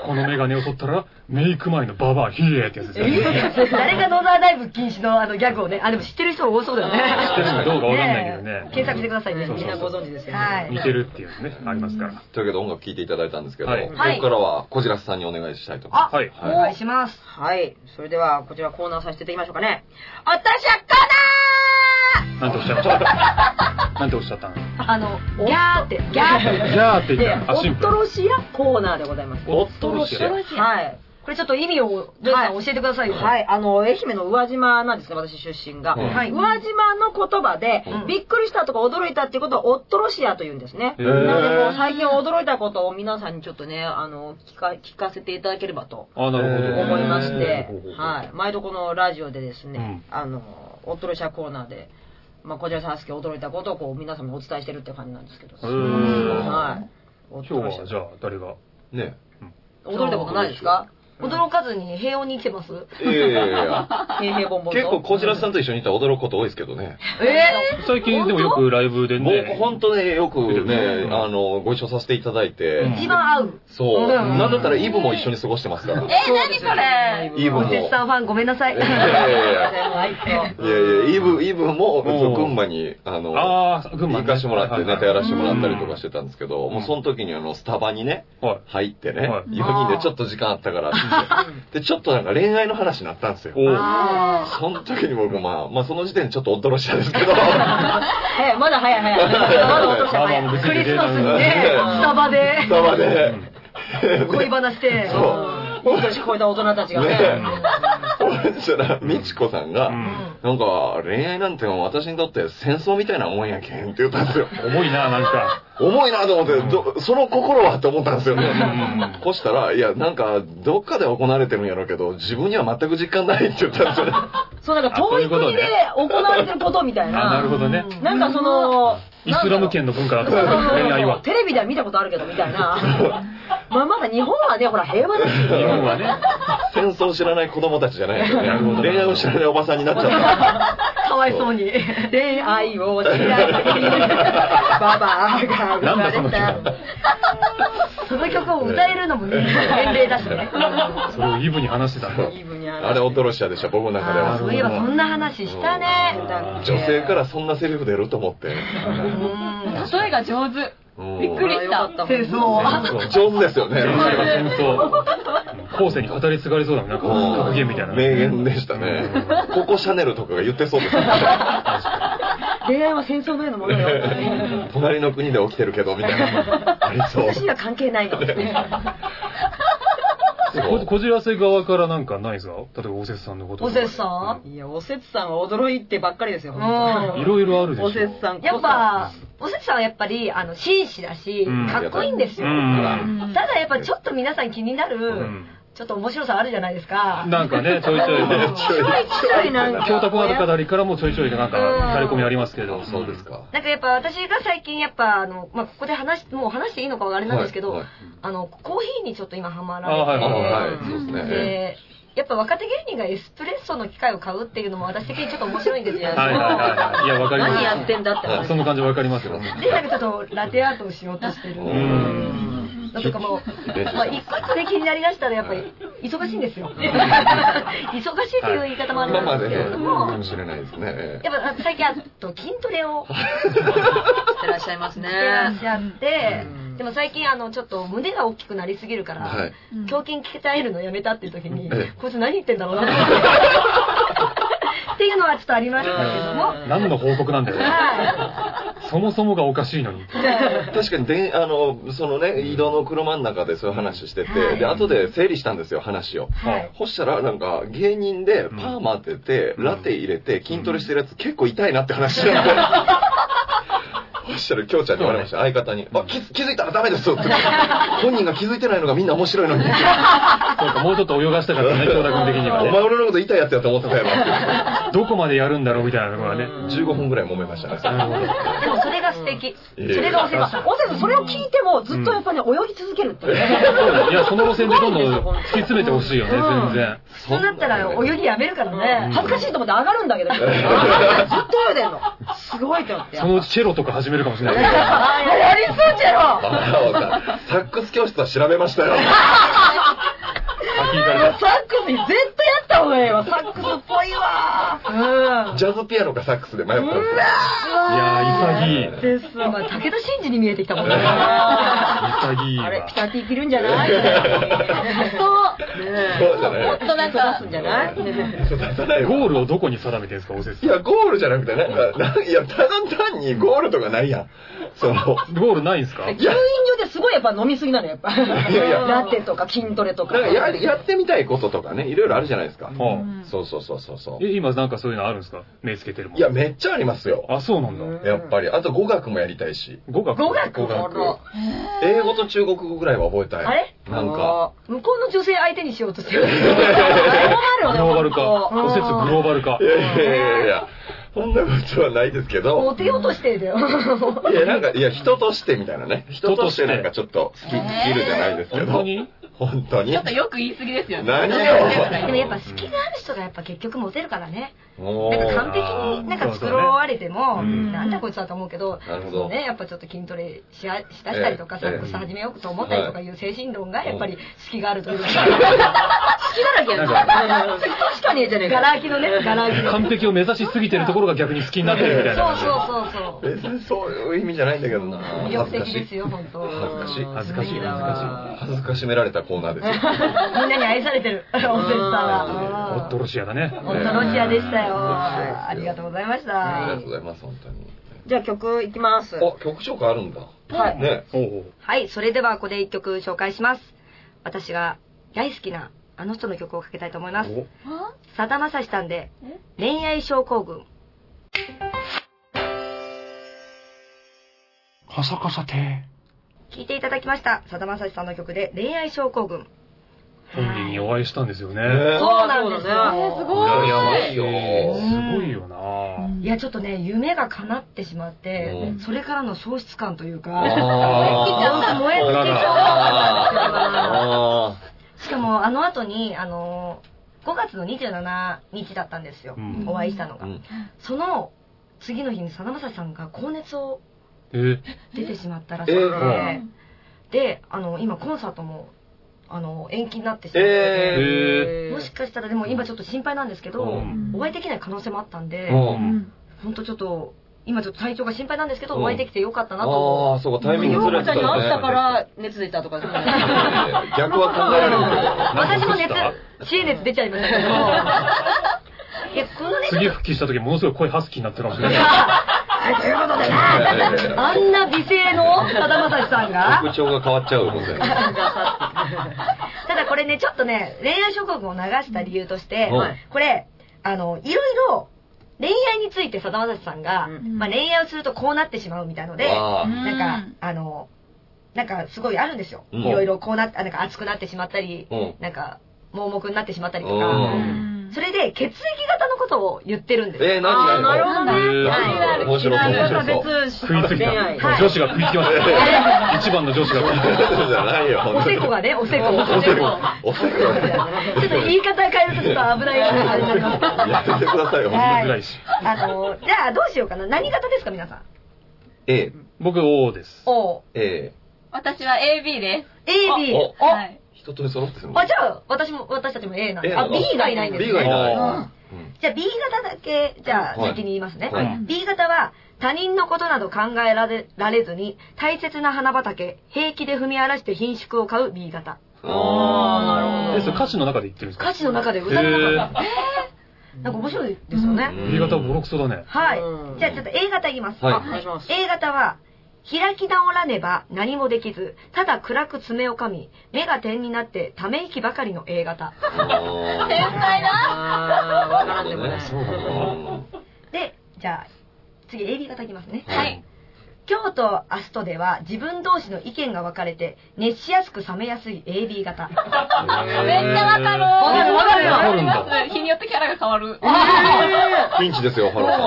このメガネを取ったら、メイク前のババア、ヒエーってやつですよね。誰がノーザーダイブ禁止のあのギャグをね、あ、でも知ってる人多そうだよね。知ってるのかどうかわかんないけどねえ検索してくださいね。そうみんそうなそごう存知ですよはね。い似てるっていうね、ありますから。というわけで音楽聴いていただいたんですけど、はいここからはこじらせさんにお願いしたいと思います。あ、はいお願いします。はい。それでは、こちらコーナーさせていただきましょうかね。私はコーなナんておっしゃったなんておっしゃったのあの、ギャーって、ギャーって。じゃあって言っーたら、あ、シで、ンオップトル。ロシアコーナーでございます。おっとろしや。はい。これちょっと意味を、ジョイさん教えてくださいよ。はい。あの、愛媛の宇和島なんですね、私出身が。うんはい宇和島の言葉で、うんびっくりしたとか驚いたっていうことをオットロシアというんですね。へなーので、もう最近驚いたことを皆さんにちょっとね、あの、聞か、聞かせていただければとあ、なるほど。思いましてほうほうほう、はい。毎度このラジオでですね、うあの、オットロシアコーナーで、まあ、こちらさすけ驚いたことをこう皆様にお伝えしてるって感じなんですけど。へーはい。オット今ロ日シアは、じゃあ、誰がね驚いたことないですか驚かずに平穏に生きてますえ。いやいやいや平平凡々と。結構こじらせさんと一緒にいたら驚くこと多いですけどね。え最近でもよくライブで僕ね、本当ね、よく出てくねる、あの、ご一緒させていただいて、うん一番合う。そう、うんなんだったらイブも一緒に過ごしてますから。え、なにそれイブも。おせっさんファンごめんなさい。いやいやいやいやいや、イブ、イブも、うん群馬に、あの、あー、群馬行ね。。かしてもらって、ネタやらしてもらったりとかしててたんですけど、うんもうその時にあの、スタバにね、はい。入ってね、はい4人でちょっと時間あったから って言って、で、ちょっとなんか恋愛の話になったんですよ。おうあその時に僕、まあ、まあその時点でちょっと驚したんです けど、あ。早い、まだ早い早い。まだ落とした早い。まあまあクリスマスにね、スタバでスタバで、恋話して。そううん。年超えた大人たちがね。ねそしたら、みちこさんが、うんなんか、恋愛なんてもう私にとって戦争みたいなもんやけんって言ったんですよ。重いな、なんか。重いなと思って、どその心はって思ったんですよん。こしたら、いや、なんか、どっかで行われてるんやろうけど、自分には全く実感ないって言ったん ですよね。そう、なんかあそう遠いいうこと国ねで行われてることみたいあ、なるな。ほどね。なんかその、イスラム圏の文化だと思う恋愛は。テレビでは見たことあるけど、みたいな。 まあまだ日本はね、ほら平和だし。日本はね。戦争を知らない子供たちじゃないですよねなるほ。ど恋愛を知らないおばさんになっちゃった。かわいそうに。恋愛を知ら ない。ババアが生まれた。その曲を歌えるのもね、年齢だしね。それをイブに話してたんだ。イブにあれ、オトロシアでした、僕の中であは。ーそういえばそんな話したね。女女性からそんなセリフ出ると思 って。うん例えが上手。うんびっくりした。戦争。上手ですよ ね。戦争が戦争。後世に語り継がれそうだもん、なんかうん格言みたいな。名言でしたね。ココシャネルとかが言ってそうですね。恋愛は戦争のようなものよ。隣の国で起きてるけど、みたいな。ありそう。私には関係ないの。そうここじらせ側からなんかないですか例えば、おせつさんのこと。おせつさ いや、おせつさんは驚いてばっかりですよ。う本いん。ろいろあるで当にしょ。おせつさんこそ。やっ ぱ、おせちさんはやっぱり、あの、紳士だし、うんかっこいいんですうよ。ん。うんただやっぱちょっと皆さん気になうる、ん。ちょっと面白さあるじゃないですか。なんかね、ちょいちょい、まあ、ちょいちょいなんか。京太君あたりからもちょいちょいなんか、垂れ込みありますけど。そうです。か。なんかやっぱ私が最近やっぱ、あの、まあ、ここで話し、もう話していいのかあれなんですけど、はいはいあの、コーヒーにちょっと今ハマらあはいあれはい、そうですて、ね。ええで、やっぱ若手芸人がエスプレッソの機械を買うっていうのも私的にちょっと面白いんですよ。はいはいはい。いや、わかります。何やってんだって話。その感じわかりますよ。で、なんかちょっとラテアートをしようとしてるううんん。のとかも、まあ、一個一個で気になりだしたらやっぱり忙しいんですよ。 忙しいという言い方もあまあまあるんですね、けれどかもも、しれないですね。ええやっぱ最近あと筋トレをってらっしゃいますねしてらっしゃってうん、でも最近あの、ちょっと筋が大きくなりすぎるから、はい。胸筋鍛えるのやめたっていう時にええ、こいつ何言ってんだろうな って。っていうのはちょっとありましたけども、何の報告なんだよ。はそもそもがおかしいのに。確かにで、あの、そのね、移動の車の中でそういう話してはて、いで、後で整理したんですよ、話を。い。はい。ほしたら、なんか、芸人でパーマ当てて、うん ラテ入れて、筋トレしてるやつ結構痛いなって話してたんで。そしたら、きょうちゃんに言われました、相方に。あ、気づ気づいたらダメですよって。本人が気づいてないのがみんな面白いのに。そうか、もうちょっと泳がしたかったね、京田君的におは前ね。俺のこと痛いやつやと思ってたよなっどこまでやるんだろうみたいなところはね。て。15分ぐらい揉めましたね。なるほど。でもそれが素敵。そいやれがおせつ。おせつ、それを聞いてもずっとやっぱりね、泳ぎ続けるっていうね。そうだねいや、その路線でどんどん突き詰めてほしいよね、うん全然。そうなったら泳ぎやめるからね。恥ずかしいと思って上がるんだけど、ずっと泳いでんの。すごいと思って。そのうちチェロとか始めるかもしれない。あーやりそうじゃバろカをさ、サックス教室は調べました よ。あ、聞いたら。サックスに絶対やった方がええわ。サックスっぽいわ。うん。ジャズピアノかサックスで迷ったんですよ。いやー、潔い。です。まあ、武田真治に見えてきたもんね。潔いあれ、わピ。タティ切るんじ ゃないそう。そうじゃないもっとなんか出すんじゃないそう出さないわゴールをどこに定めてるんですか、おせつい。や、ゴールじゃなくて、なんか、ないや、ただ単にゴールとかないやん。その、ゴールないんですか吸引所ですごいやっぱ飲みすぎなのやっぱ。いやいやラテとか筋トレとか。なんかや、やってみたいこととかね、いろいろあるじゃないですか。うんそうそうそうそうそう。え、今なんかそういうのあるんですか目つけてるもん。いや、、めっちゃありますよ。あ、そうなんだ。うんやっぱり。あと語学もやりたいし。語学。語学語学語英語と中国語ぐらいは覚えたい。あれなんか。。向こうの女性相手にしようとしてる。グローバル化。うんおせつグローバル化い。やいやいやいや、そんなことはないですけモど。 テようとしてるだよ。いや、なんか、いや、人としてみたいなね。人としてなんかちょっとスキえルーじゃないですけ本ど。当に本当にちょっとよく言い過ぎですよね。何でよもやっぱ好きがある人がやっぱ結局モテるからね。もうなんか完璧になんか作られても、そうそうねうんなんだこいつだと思うけど、なるほどそのね、やっぱちょっと筋トレしあしだしたりとか、ええサックス始めようと思ったりとかいう精神論がやっぱり好きがあるというか、好きだらけやん。確かにええじゃねえガか。ラ空きのね、ガラ空きの。完璧を目指しすぎてるところが逆に好きになってるみたいな。そうそうそうそう。別にそういう意味じゃないんだけどな。魅力的ですよ、本当。恥ずかしい。恥ずかしいうん恥ずか恥ずかしめられたコーナーですよ。みんなに愛されてる、おせさんホッは。トロシアだね。本当ロシアでしたよ。はいありがとうございましありがたとう。ございます、本当に。 じゃあ曲いきます。あ、曲紹介あるんだ。はい。ね。おうおうはい、それではここで一曲紹介します。私が大好きなあの人の曲をかけたいと思います。おさだまさしさんで、恋愛症候群。カサカサて聴いていただきました。さだまさしさんの曲で、恋愛症候群。本人にお会いしたんですよね。ねそうなんですよそうだね羨ましいすごいすごいよな。いや、ちょっとね、夢が叶ってしまってう、んそれからの喪失感というか、あー燃え尽きちゃったんですよあ しかも、あの後に、あのー、5月の27日だったんですよ。うんお会いしたのーが。うんその、次の日にさだまさしさんが高熱をえ、出てしまったらしくて、えで、あの、今コンサートも、あの、延期になってしまって、ええもしかしたら、でも今ちょっと心配なんですけど、うんお会いできない可能性もあったんで、ーううんん。本当ちょっと、今ちょっと体調が心配なんですけど、うんお会いできてよかったなと。ああ、そうか、タイミングヨずーれコてちゃたんにら会っね。たから熱出たとかじゃない 逆は考えられる私も熱、知恵熱出ちゃいました けど。いや、このね、次復帰した時ものすごい声ハスキーになってるかもしれない。けど。あんな美声のさだまさしさんが。特徴が変わっちゃうので。ただこれね、ちょっとね、恋愛諸国を流した理由として、はいこれ、あの、いろいろ恋愛についてさだまさしさんが、うんまあ、恋愛をするとこうなってしまうみたいので、あーなんか、あの、なんかすごいあるんですよ。うんいろいろこうなって、あなんか熱くなってしまったり、うん。なんか盲目になってしまったりとうか、んそれで血液型のことを言ってるんですよ。えー、何なるほ何どね。面白そう、面白そう。食いつきた。はい女子が食いつきました。一番の女子が食いつきましそうじゃないよ、お本当せにこがね、おせこ。おせこ。おせこ。ちょっと言い方変えるとちょっと危ない感じになります。やめてくださいよ、た。は本ぐらいし。あの、じゃあどうしようかな。何型ですか、皆さん。当に。僕、王です。 O、え、え私は AB で A、B。ー、おお、はい一通り揃ってるあ、じゃあ、私も、私たちも A なんで。あ、B がいないんです B がいあなじゃあ B 型だけ、じゃあはい先に言いますね。はい B 型は、他人のことなど考えられられずに、大切な花畑、平気で踏み荒らして品種を買う B 型。い。あえ、それ歌詞の中で言ってるんですか歌詞の中でえ歌の中ー、で。なんか面白いですよね。 B 型ボロクソだね。うはんい。じゃあちょっと A 型いきます。はいお願いします。 A 型は、開き直らねば何もできず、ただ暗く爪を噛み、目が点になってため息ばかりの A 型。天才だあーわからんでもない。そうなんだで、じゃあ、次 AB 型いきますね。はい。今日と明日とでは自分同士の意見が分かれて熱しやすく冷めやすい AB 型めっちゃわかる。わかるわかるわかるんだます日によってキャラが変わる。ピンチですよ、ハロさん。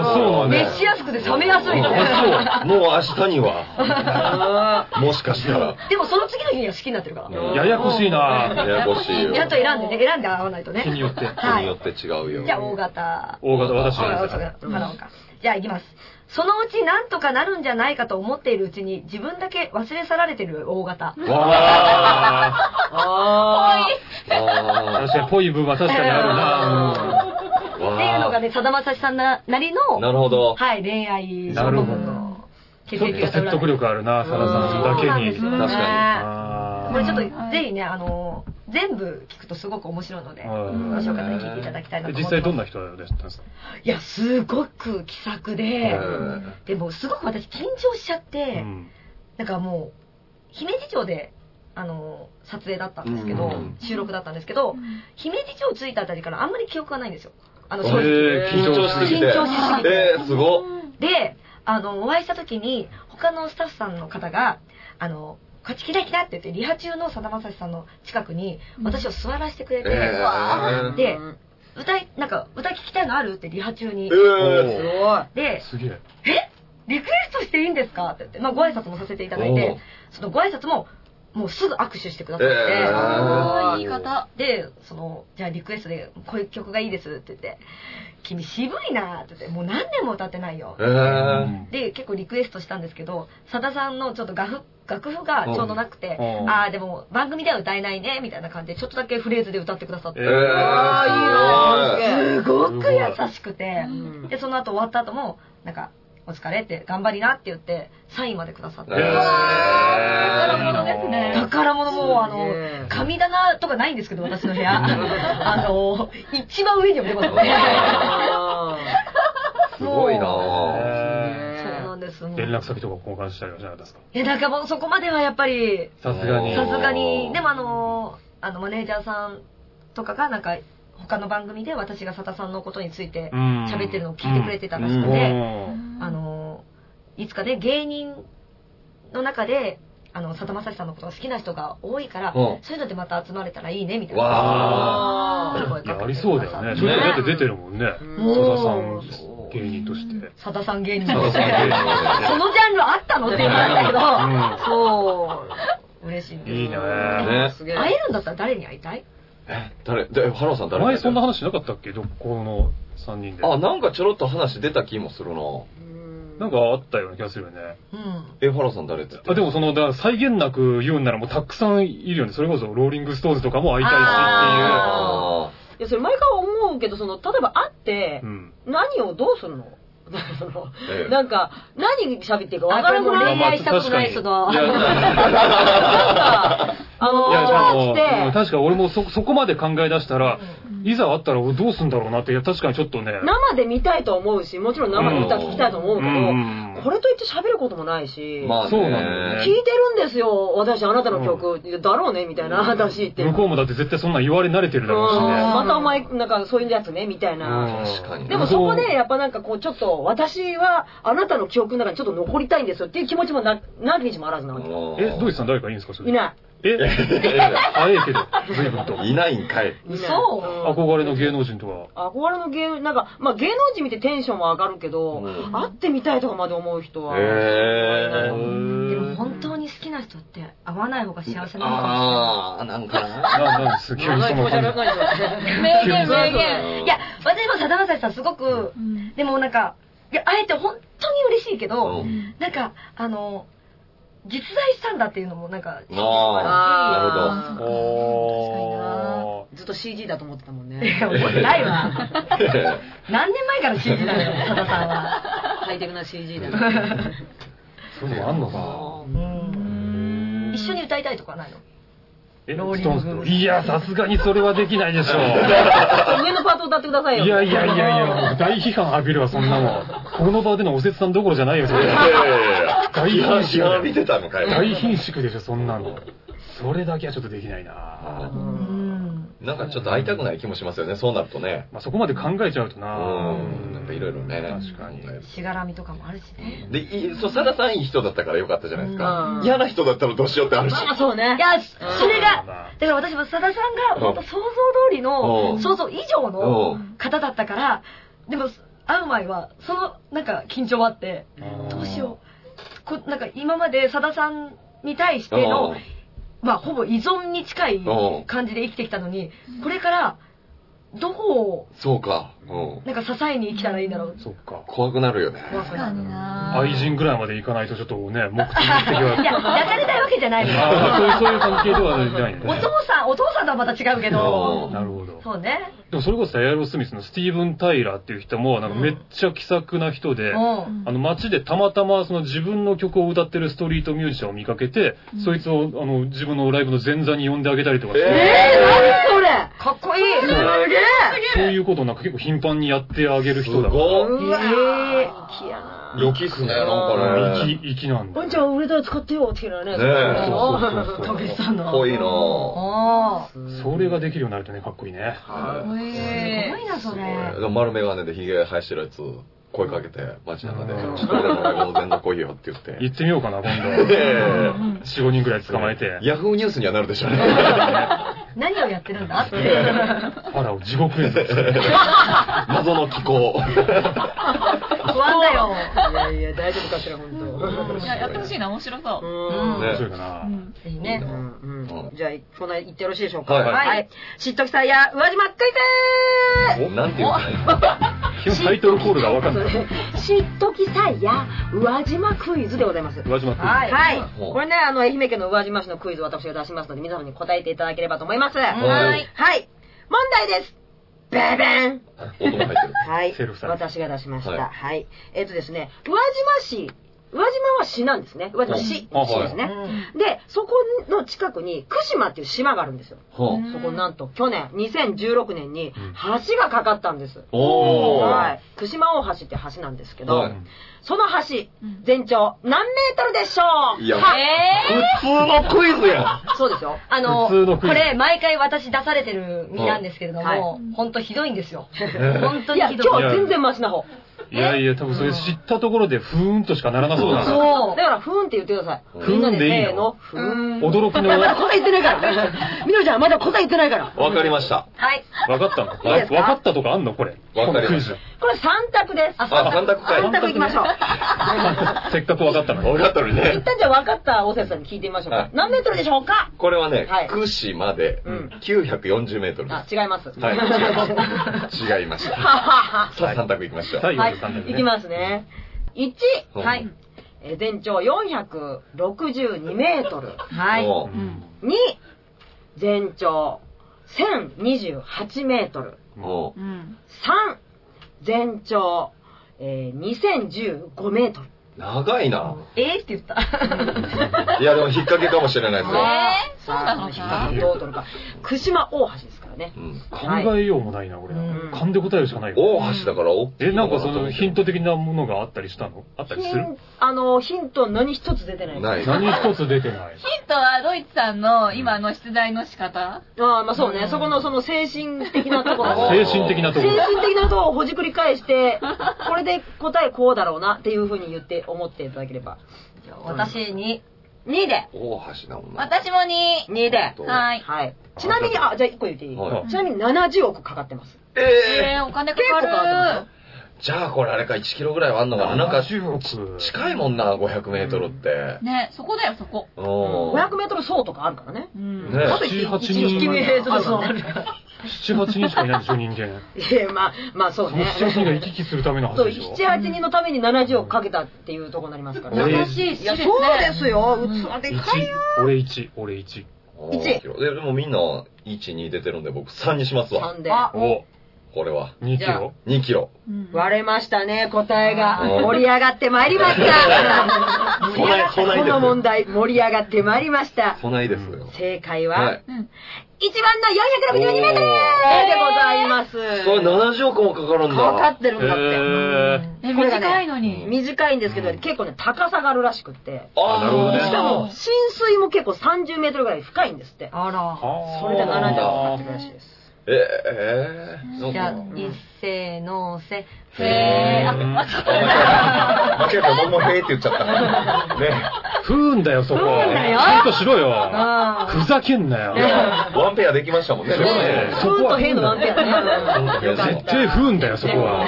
あそうなんだ熱しやすくて冷めやすいあもう明日には、もしかしたら、でもその次の日には好きになってるからそうややこしいなややこしいよ。ちゃんと選んでね選んで合わないとね日によって人はによいって違うよ。じゃあ大型大型私あのわですかねった花岡じゃあ、いきます。そのうちなんとかなるんじゃないかと思っているうちに、自分だけ忘れ去られてる大型。わああーーあ確かにぽい部分は確かにあるなうんーっていうのがわね、さだまさしさんななりの、ーなるほど。はい、恋愛なるほどの血ちょっ液と型占い説得力あるな、サラさんだけに。そうななんんでですすよあーねよね。これちょっと、ぜひね、あの、全部聞くとすごく面白いので、はいもしよかったら聞いていただきたいなと思実ってま際すどんな人だったんですかいや、すごく気さくで、うんでもすごく私緊張しちゃって、うんなんかもう、姫路町で、あの、撮影だったんですけど、うん収録だったんですけど、姫路町着いたあたりからあんまり記憶がないんですよ。あへの、正直。ー緊張しすぎ緊て。張しすぎて。えー、すごっ。で、あの、お会いした時に、他のスタッフさんの方が、あの、こっち来た来たって言って、リハ中のさだまさしさんの近くに、私を座らせてくれて、えー。で、歌い、なんか、歌聞きたいのあるってリハ中にえ。ー。すごい。で、すげえ。リクエストしていいんですかって言って、まあ、ご挨拶もさせていただいて、そのご挨拶も、もうすぐ握手してくださって、えーあー言い方。で、その、じゃあリクエストで、こういう曲がいいですって言って、君渋いなって言って、もう何年も歌ってないよえ。ー。で、結構リクエストしたんですけど、さださんのちょっと楽譜楽譜がちょうどなくて、うんああ、でも番組では歌えないね、みたいな感じで、ちょっとだけフレーズで歌ってくださって、えあーいいすなごく優しくて、うんで、その後終わった後も、なんか、お疲れって、頑張りなって言って、サインまでくださって、えー宝物ですね。宝物もうあのすげ、え神棚とかないんですけど、私の部屋。 あの、一番上に置いてますね。すごいなぁ。えそうなんです。もーう連絡先とか交換したりはしなかったですかいや、なんかもうそこまではやっぱり、さすがおに。ーさすがに、でもあの、あの、マネージャーさんとかがなんか、他の番組で私が佐田さんのことについて喋喋ってるのを聞いてくれてたらしうくんて、うんあ、の、いつかね、芸人の中で、あの、さだまさしさんのことが好きな人が多いから、うんそういうのでまた集まれたらいいね、みたいな。わあいや、ありそうだよね。ねちょいちょいだって出てるもんね。うん戸田さんそ、う芸人として。さださん芸人ぁ。としてそのジャンルあったのって言われたけど、うそう、嬉しいんです。いいねねすげえ。会えるんだったら誰に会いたいえ、誰で、ハローさんん。誰前そんな話しなかったっけどこの3人で。あ、なんかちょろっと話出た気もするなぁ。なんかあったような気がするよね。うん。え、ハローさん誰って言ってあでもその、だから再現なく言うんならもうたくさんいるよね。それこそローリングストーンズとかも会いたいしっあいや、それ毎回思うけど、その、例えば会ってていう。う、ん。何をどうするのそのーええなんか、何喋っていいかあ分からなくこれもない恋愛したことない人まあのまあ確かにいやなんか、あのいや、じゃあ もう、うんー、来て、確かに俺もそ、そこまで考え出したら、いざあったら俺どうすんだろうなって、いや、確かにちょっとね。生で見たいと思うし、もちろん生で歌聞きたいと思ううけど、んこれといって喋ることもないし、ーまあね、そうなんだよ聞ねいてるんですよ、私、あなたの曲、いやだろうね、みたいな、私って。向こうもだって絶対そんなん言われ慣れてるだろうしうんね。またお前、なんかそういうやつね、みたいな。うん確かに。でもそこで、やっぱなんかこう、ちょっと、私は、あなたの記憶の中にちょっと残りたいんですよっていう気持ちもな、何日もあらずなわけ。え、ドイツすさん誰かいいんですかそれいない。え、早いけど、随分と。いないんかい。いない嘘うん憧れの芸能人とは。憧れの芸、なんか、まあ芸能人見てテンションは上がるけど、うん会ってみたいとかまで思う人は。へうんでもー本当に好きな人って会わない方が幸せなのかもしれない。ああ、なんかな。な、なんです、急にその感じ。 名言、名言。いや、私もさだまさしさんすごく、でもなんか、いや、会えて本当に嬉しいけど、うんなんか、あの、実在したんだっていうのもなんか、ああなるーほどおずっと CG だと思ってたもんいやね。覚えてないわ。え何年前から信じたのよ、さださんは。ハイテクな CG だね。ー。そういうのあんのうん一緒に歌いたいとかはないのかなえ、ストーンズと。いや、さすがにそれはできないでしょう。上のパート歌ってくださいよ。いやいやいやいや、もう大批判浴びるわ、そんなもん。この場でのおせつさんどころじゃないよ、それ。大大変身批判見てたのかい。大貧縮でしょ、そんなの。それだけはちょっとできないなあうん。なんかちょっと会いたくない気もしますよね、そうなるとね。まあ、そこまで考えちゃうとなうん。やっぱいろいろね。確かに考えるしがらみとかもあるしね。で、いそう、佐田さんいい人だったからよかったじゃないですうかん。嫌な人だったらどうしようってあるし。まあそうねい。や、そうんれが、まあだから私も佐田さんが本当想像通りうの、ん想像以上うのん方だったから、でも、会う前は、その、なんか緊張はあって、うんどうしよう。こなんか今まで佐田さんに対してうのん、まあほぼ依存に近いうん感じで生きてきたのに、これから、どこを、そうか。うん。なんか支えに生きたらいいんだろう。そっか。怖くなるよね。怖く確なかるにな愛人ぐらいまでいかないとちょっとね、目的目的いや、は。抱かれたいわけじゃ ないのよ。ああ、そういう、そういう関係ではないね。お父さん、お父さんとはまた違うけど、なるほど。そうね。でもそれこそさエアロスミスのスティーブン・タイラーっていう人も、なんかめっちゃ気さくな人で、うん。あの街でたまたまその自分の曲を歌ってるストリートミュージシャンを見かけて、うんそいつをあの自分のライブの前座に呼んであげたりとかして、ええー、何それかっこいい。すげえそういうことをなんか結構頻繁にやってあげる人だすごうわえー粋やな良きっすね、なんか生ね。き、生きなんだ。ワンちゃん売れたら使ってよっていうのはね。ねえそうそうそうたけしさんの。濃いおなお。すそれができるようになるとね、かっこいいね。ぁ。ごいごいな、それ。でも丸メガネでヒゲ生やしてるやつ、声かけて、街中で、うんちょっと俺のライブの全然来いよって言って。行ってみようかな、今え度。え4、5人くらい捕まえて、ヤフーニュースにはなるでしょうね。何をやってるんだって。ファラを地獄へとして。謎の気候。不安だよ。いやいや、大丈夫かしら、本うんいややってほしいな、面白そう当。ん面白いかな。うんぜひねう。んうんじゃあ、こんな言ってよろしいでしょうか。はいはい。嫉妬きさんや、宇和島っかいなんて言うんだろ基本タイトルコールがわかんない。て嫉妬きさや、宇和島クイズでございます。宇和島君。はい。はいうん。これね、あの、愛媛県の宇和島市のクイズを私が出しますので、皆様に答えていただければと思います。う。ははいい。はい。問題です。ベベン音も入ってる。はいセルフサービス私が出しました。ははいい。えっ、とですね、宇和島市、宇和島は市なんですね。宇和島市。うんあ市ですうね。んで、そこの近くに、久島っていう島があるんですよ。ほうんうそこなんと、去年、2016年にん、橋がかかったんです。おー。はい。久島大橋って橋なんですけど、はいその橋うん、全長何メートルでしょういやは普え通のクイズやん。そうですよ。あの、普通のこクイズれ、毎回私出されてる身なんですけれどはいも、本当ひどいんですよ。ー本当いにや、ひ今どい。日は全然マシな方。いやいや、多分それ知ったところで、ふーんとしかならなそう日な。そだから、ふーんって言ってくださうんい。みんなふーで、んでいいのせーの、ふーん。驚きの。まわだ答え言ってないから。みのりちゃん、まだ答え言ってないから。わかりました。う。はい。かったのいいでわすかかったとかあんのこれ。わかこのりクまイしズた。これ三択です。ああ、三択かい。三択いきましょう。せっかくわかったのに。分かったのに一ね。旦じゃあ分かった大瀬さんに聞いてみましょうはかい。何メートルでしょうかこれはねはい、福島でうん940メートルであ、違います。す。はい、違います。違いました。は ははさあ、三択いきましょう。はいはい43ですねいきますね。1、うんはい。えー全長462メートル。はい。おううん2、全長1028メートル。おーうん3、全長、えー2015メートル。う長いな。えーって言った。いや、でも引っ掛けかもしれないですよ。えーそうなのさかあどう取るか。久島大橋ですからね。うん考えようもないな、これ。うん勘で答えるしかないよ。大橋だから大きいえ、なんかとそ思っのてヒント的なものがあったりしたのあったりヒするンあの、ヒント何一つ出てない。ない。何一つ出てない。ヒントはドイツさんの今の出題の仕方ああ、まあそううねん。そこのその精神的なところを。 精神的なと精ころ。神的なところをほじくり返して、これで答えこうだろうなっていうふうに言って、思っていただければ。じゃあ私に、 2で。大橋だもんな。私も2 2で。とはいはい。ちなみに、あ、じゃあ1個言っていいはいちなみに70億かかってます。えええーお金か結構かかかっるてじゃあこれあれか、1キロぐらいはあんのかな。なんか、 70億近いもんな、500メートルって。ねそこだよそこおます。500メートル走とかあるからね。うんねかといって7 8 1人匹目とかそう。 7、8人しかいないでしょ、人間。いや、まあ、まあそうそのね。 7、8人が行き来するための話 そう、でしょ。 7、8人のために70億かけたっていうところになりますからね。優しいいしや、でそすうねですよ。器でかいよ。 1、俺1、俺1。 1。ででもみんな1、2出てるんで僕3にしますわ。 3で。あおこれは。 2キじゃロ2キロ。うん割れましたね、答えが。うん盛り上がってまいりました。そない、そないでこすの。問題、盛り上がってまいりました。そないですよ。正解はは、い。うん一番の462メートルでございます。それ70億もかかるんだ。かかってるんだって。へえこれが短いね、のに。短いんですけど、うん結構ね、高さがあるらしくって。ああ、なるほどね。あーしかも、浸水も結構30メートルぐらい深いんですって。あら。あーそれで70億かかってるらしいです。ええー、じじゃあなんか、一世のせ。へえ。あ、間違えた。間違えた、僕もへーって言っちゃった。ね。不運だよ、そこ。不運だよ。ちゃんとしろよ。あふざけんなよ。ワンペアできましたもんね。でもねねそふこんとはへのなんてね。よかった絶対不運だよ、そこは。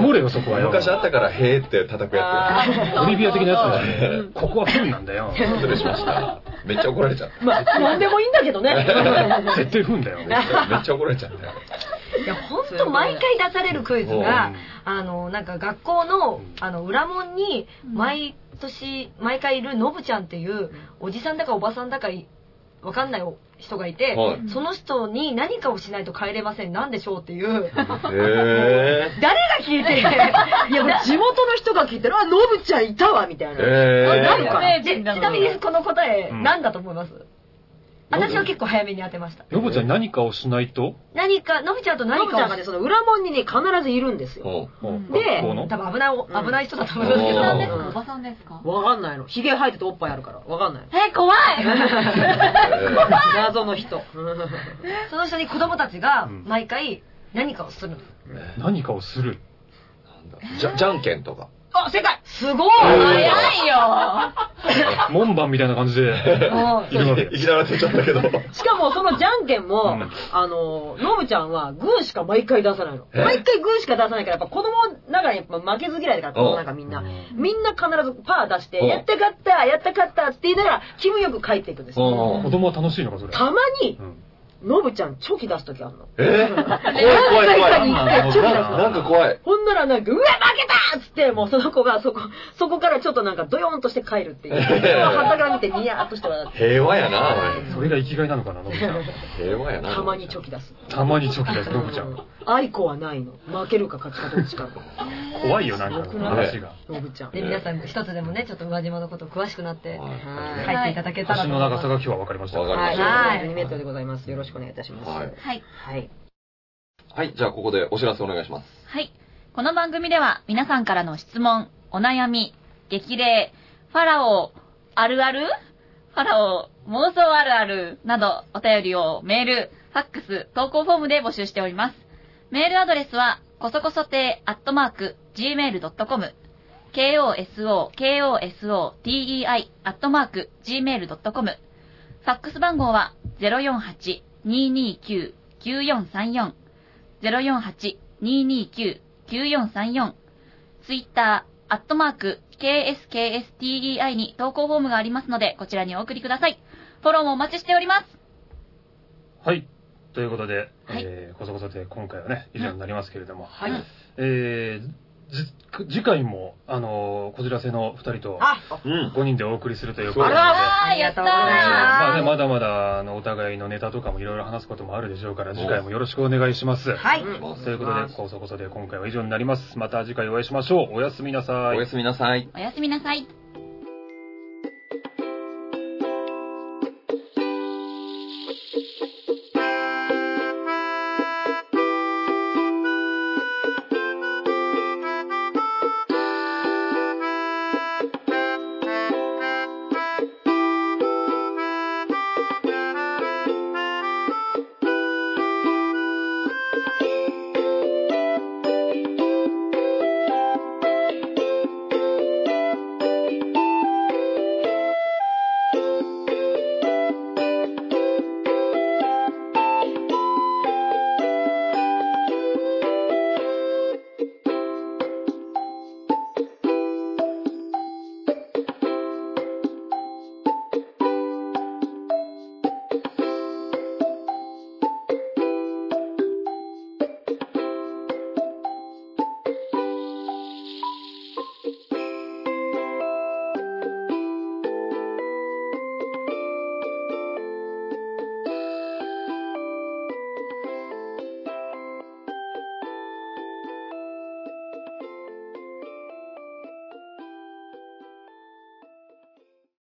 守れよ、そこはよ。昔あったから、へーって叩くやあーオリビア的なやつだよ。ここは不運なんだ よ。つ。失礼しました。めっちゃ怒られちゃった。まあ、なんでもいいんだけどね。 絶対不運だよ。めっちゃ怒られちゃったよ。いや、ほんと毎回出されるクイズうがん、あの、なんか学校の、あの、裏門に、毎年、毎回いるのぶちゃんっていう、おじさんだかおばさんだかい、わかんない人がいて、はい。その人に何かをしないと帰れません。なんでしょうっていう。え誰が聞いてるいや、もう地元の人が聞いたら、あ、ノブちゃんいたわ、みたいー。な。えなん有か名でち人なのなみにこの答え、うん何だと思います私は結構早めに当てました。ヨボちゃん何かをしないと何か、のぶちゃんとノ何ブちかゃをんがね、その裏門にね、必ずいるんですー。よ。おううん学で校の多分危ないお、うん危ない人だとお思いますけじどさんですうかんおばさんですかわかんないの。ヒゲ生えてておっぱいあるから、わかん ないの。え、怖い謎の人。その人に子供たちがうん毎回何かをするの。何かをする。じゃ、じゃんけんとか。あ、正解すごいえないよ門番みたいな感じ で、うんいるわけ。いきなり当てちゃったけど。しかもそのじゃんけんも、うんあの、ノブちゃんはグーしか毎回出さないの。え毎回グーしか出さないから、やっぱ子供ながらやっぱ負けず嫌いだから、子供なんかみんな。みんな必ずパー出して、うんやったかった、やったかったって言いながら、気分よく帰っていくんですよ。お子う供は楽しいのか、それ。たまにう、んノブちゃんチョキ出すときあるの。えー怖い怖い怖い。あそうだなんか怖い。ほんならなんか、うわ、負けたっつって、もうその子がそこ、そこからちょっとなんかドヨーンとして帰るっていう。 ええはたから見てニヤーっとして笑って。平和やな、それが生きがいなのかな、ノブちゃん。おい平和やな。たまにチョキ出す。たまにチョキだよ、ノブちゃん。愛子はないの。負けるか勝つかどっちかの。怖いよ、なんか、話が。ノブちゃん。で、皆さん一つでもね、ちょっと宇和島のこと詳しくなって、は入っていただけたら橋のと思いま長さすが今日は分かりました。わかりまはしい。たはい。2メートルでございます。よろしくお願いいたします。はいはい。はい。い。はい、じゃあここでお知らせお願いします。はい。この番組では皆さんからの質問、お悩み、激励、ファラオ、あるあるファラオ、妄想あるあるなどお便りをメール、ファックス、投稿フォームで募集しております。メールアドレスは、こそこそてアットマーク、gmail.com、koso, koso, tei, アットマーク、gmail.com、ファックス番号は、048-229-9434、048-229-9434ツイッター、アットマーク、KSKSTEI に投稿フォームがありますので、こちらにお送りください。フォローもお待ちしております。はい。ということで、はいえー、こそこそで今回はね、以上になりますけれども、はい。えー、じ次回も、あのーこじらせの2人とあ、うん。 5人でお送りするというそうことだで、ねまあー、やったーああね、まだまだあのお互いのネタとかもいろいろ話すこともあるでしょうから、次回もよろしくお願いします。はい。うんということで、こそこそで今回は以上になります。また次回お会いしましょう。おやすみなさおいや。すみなさい。おやすみなさい。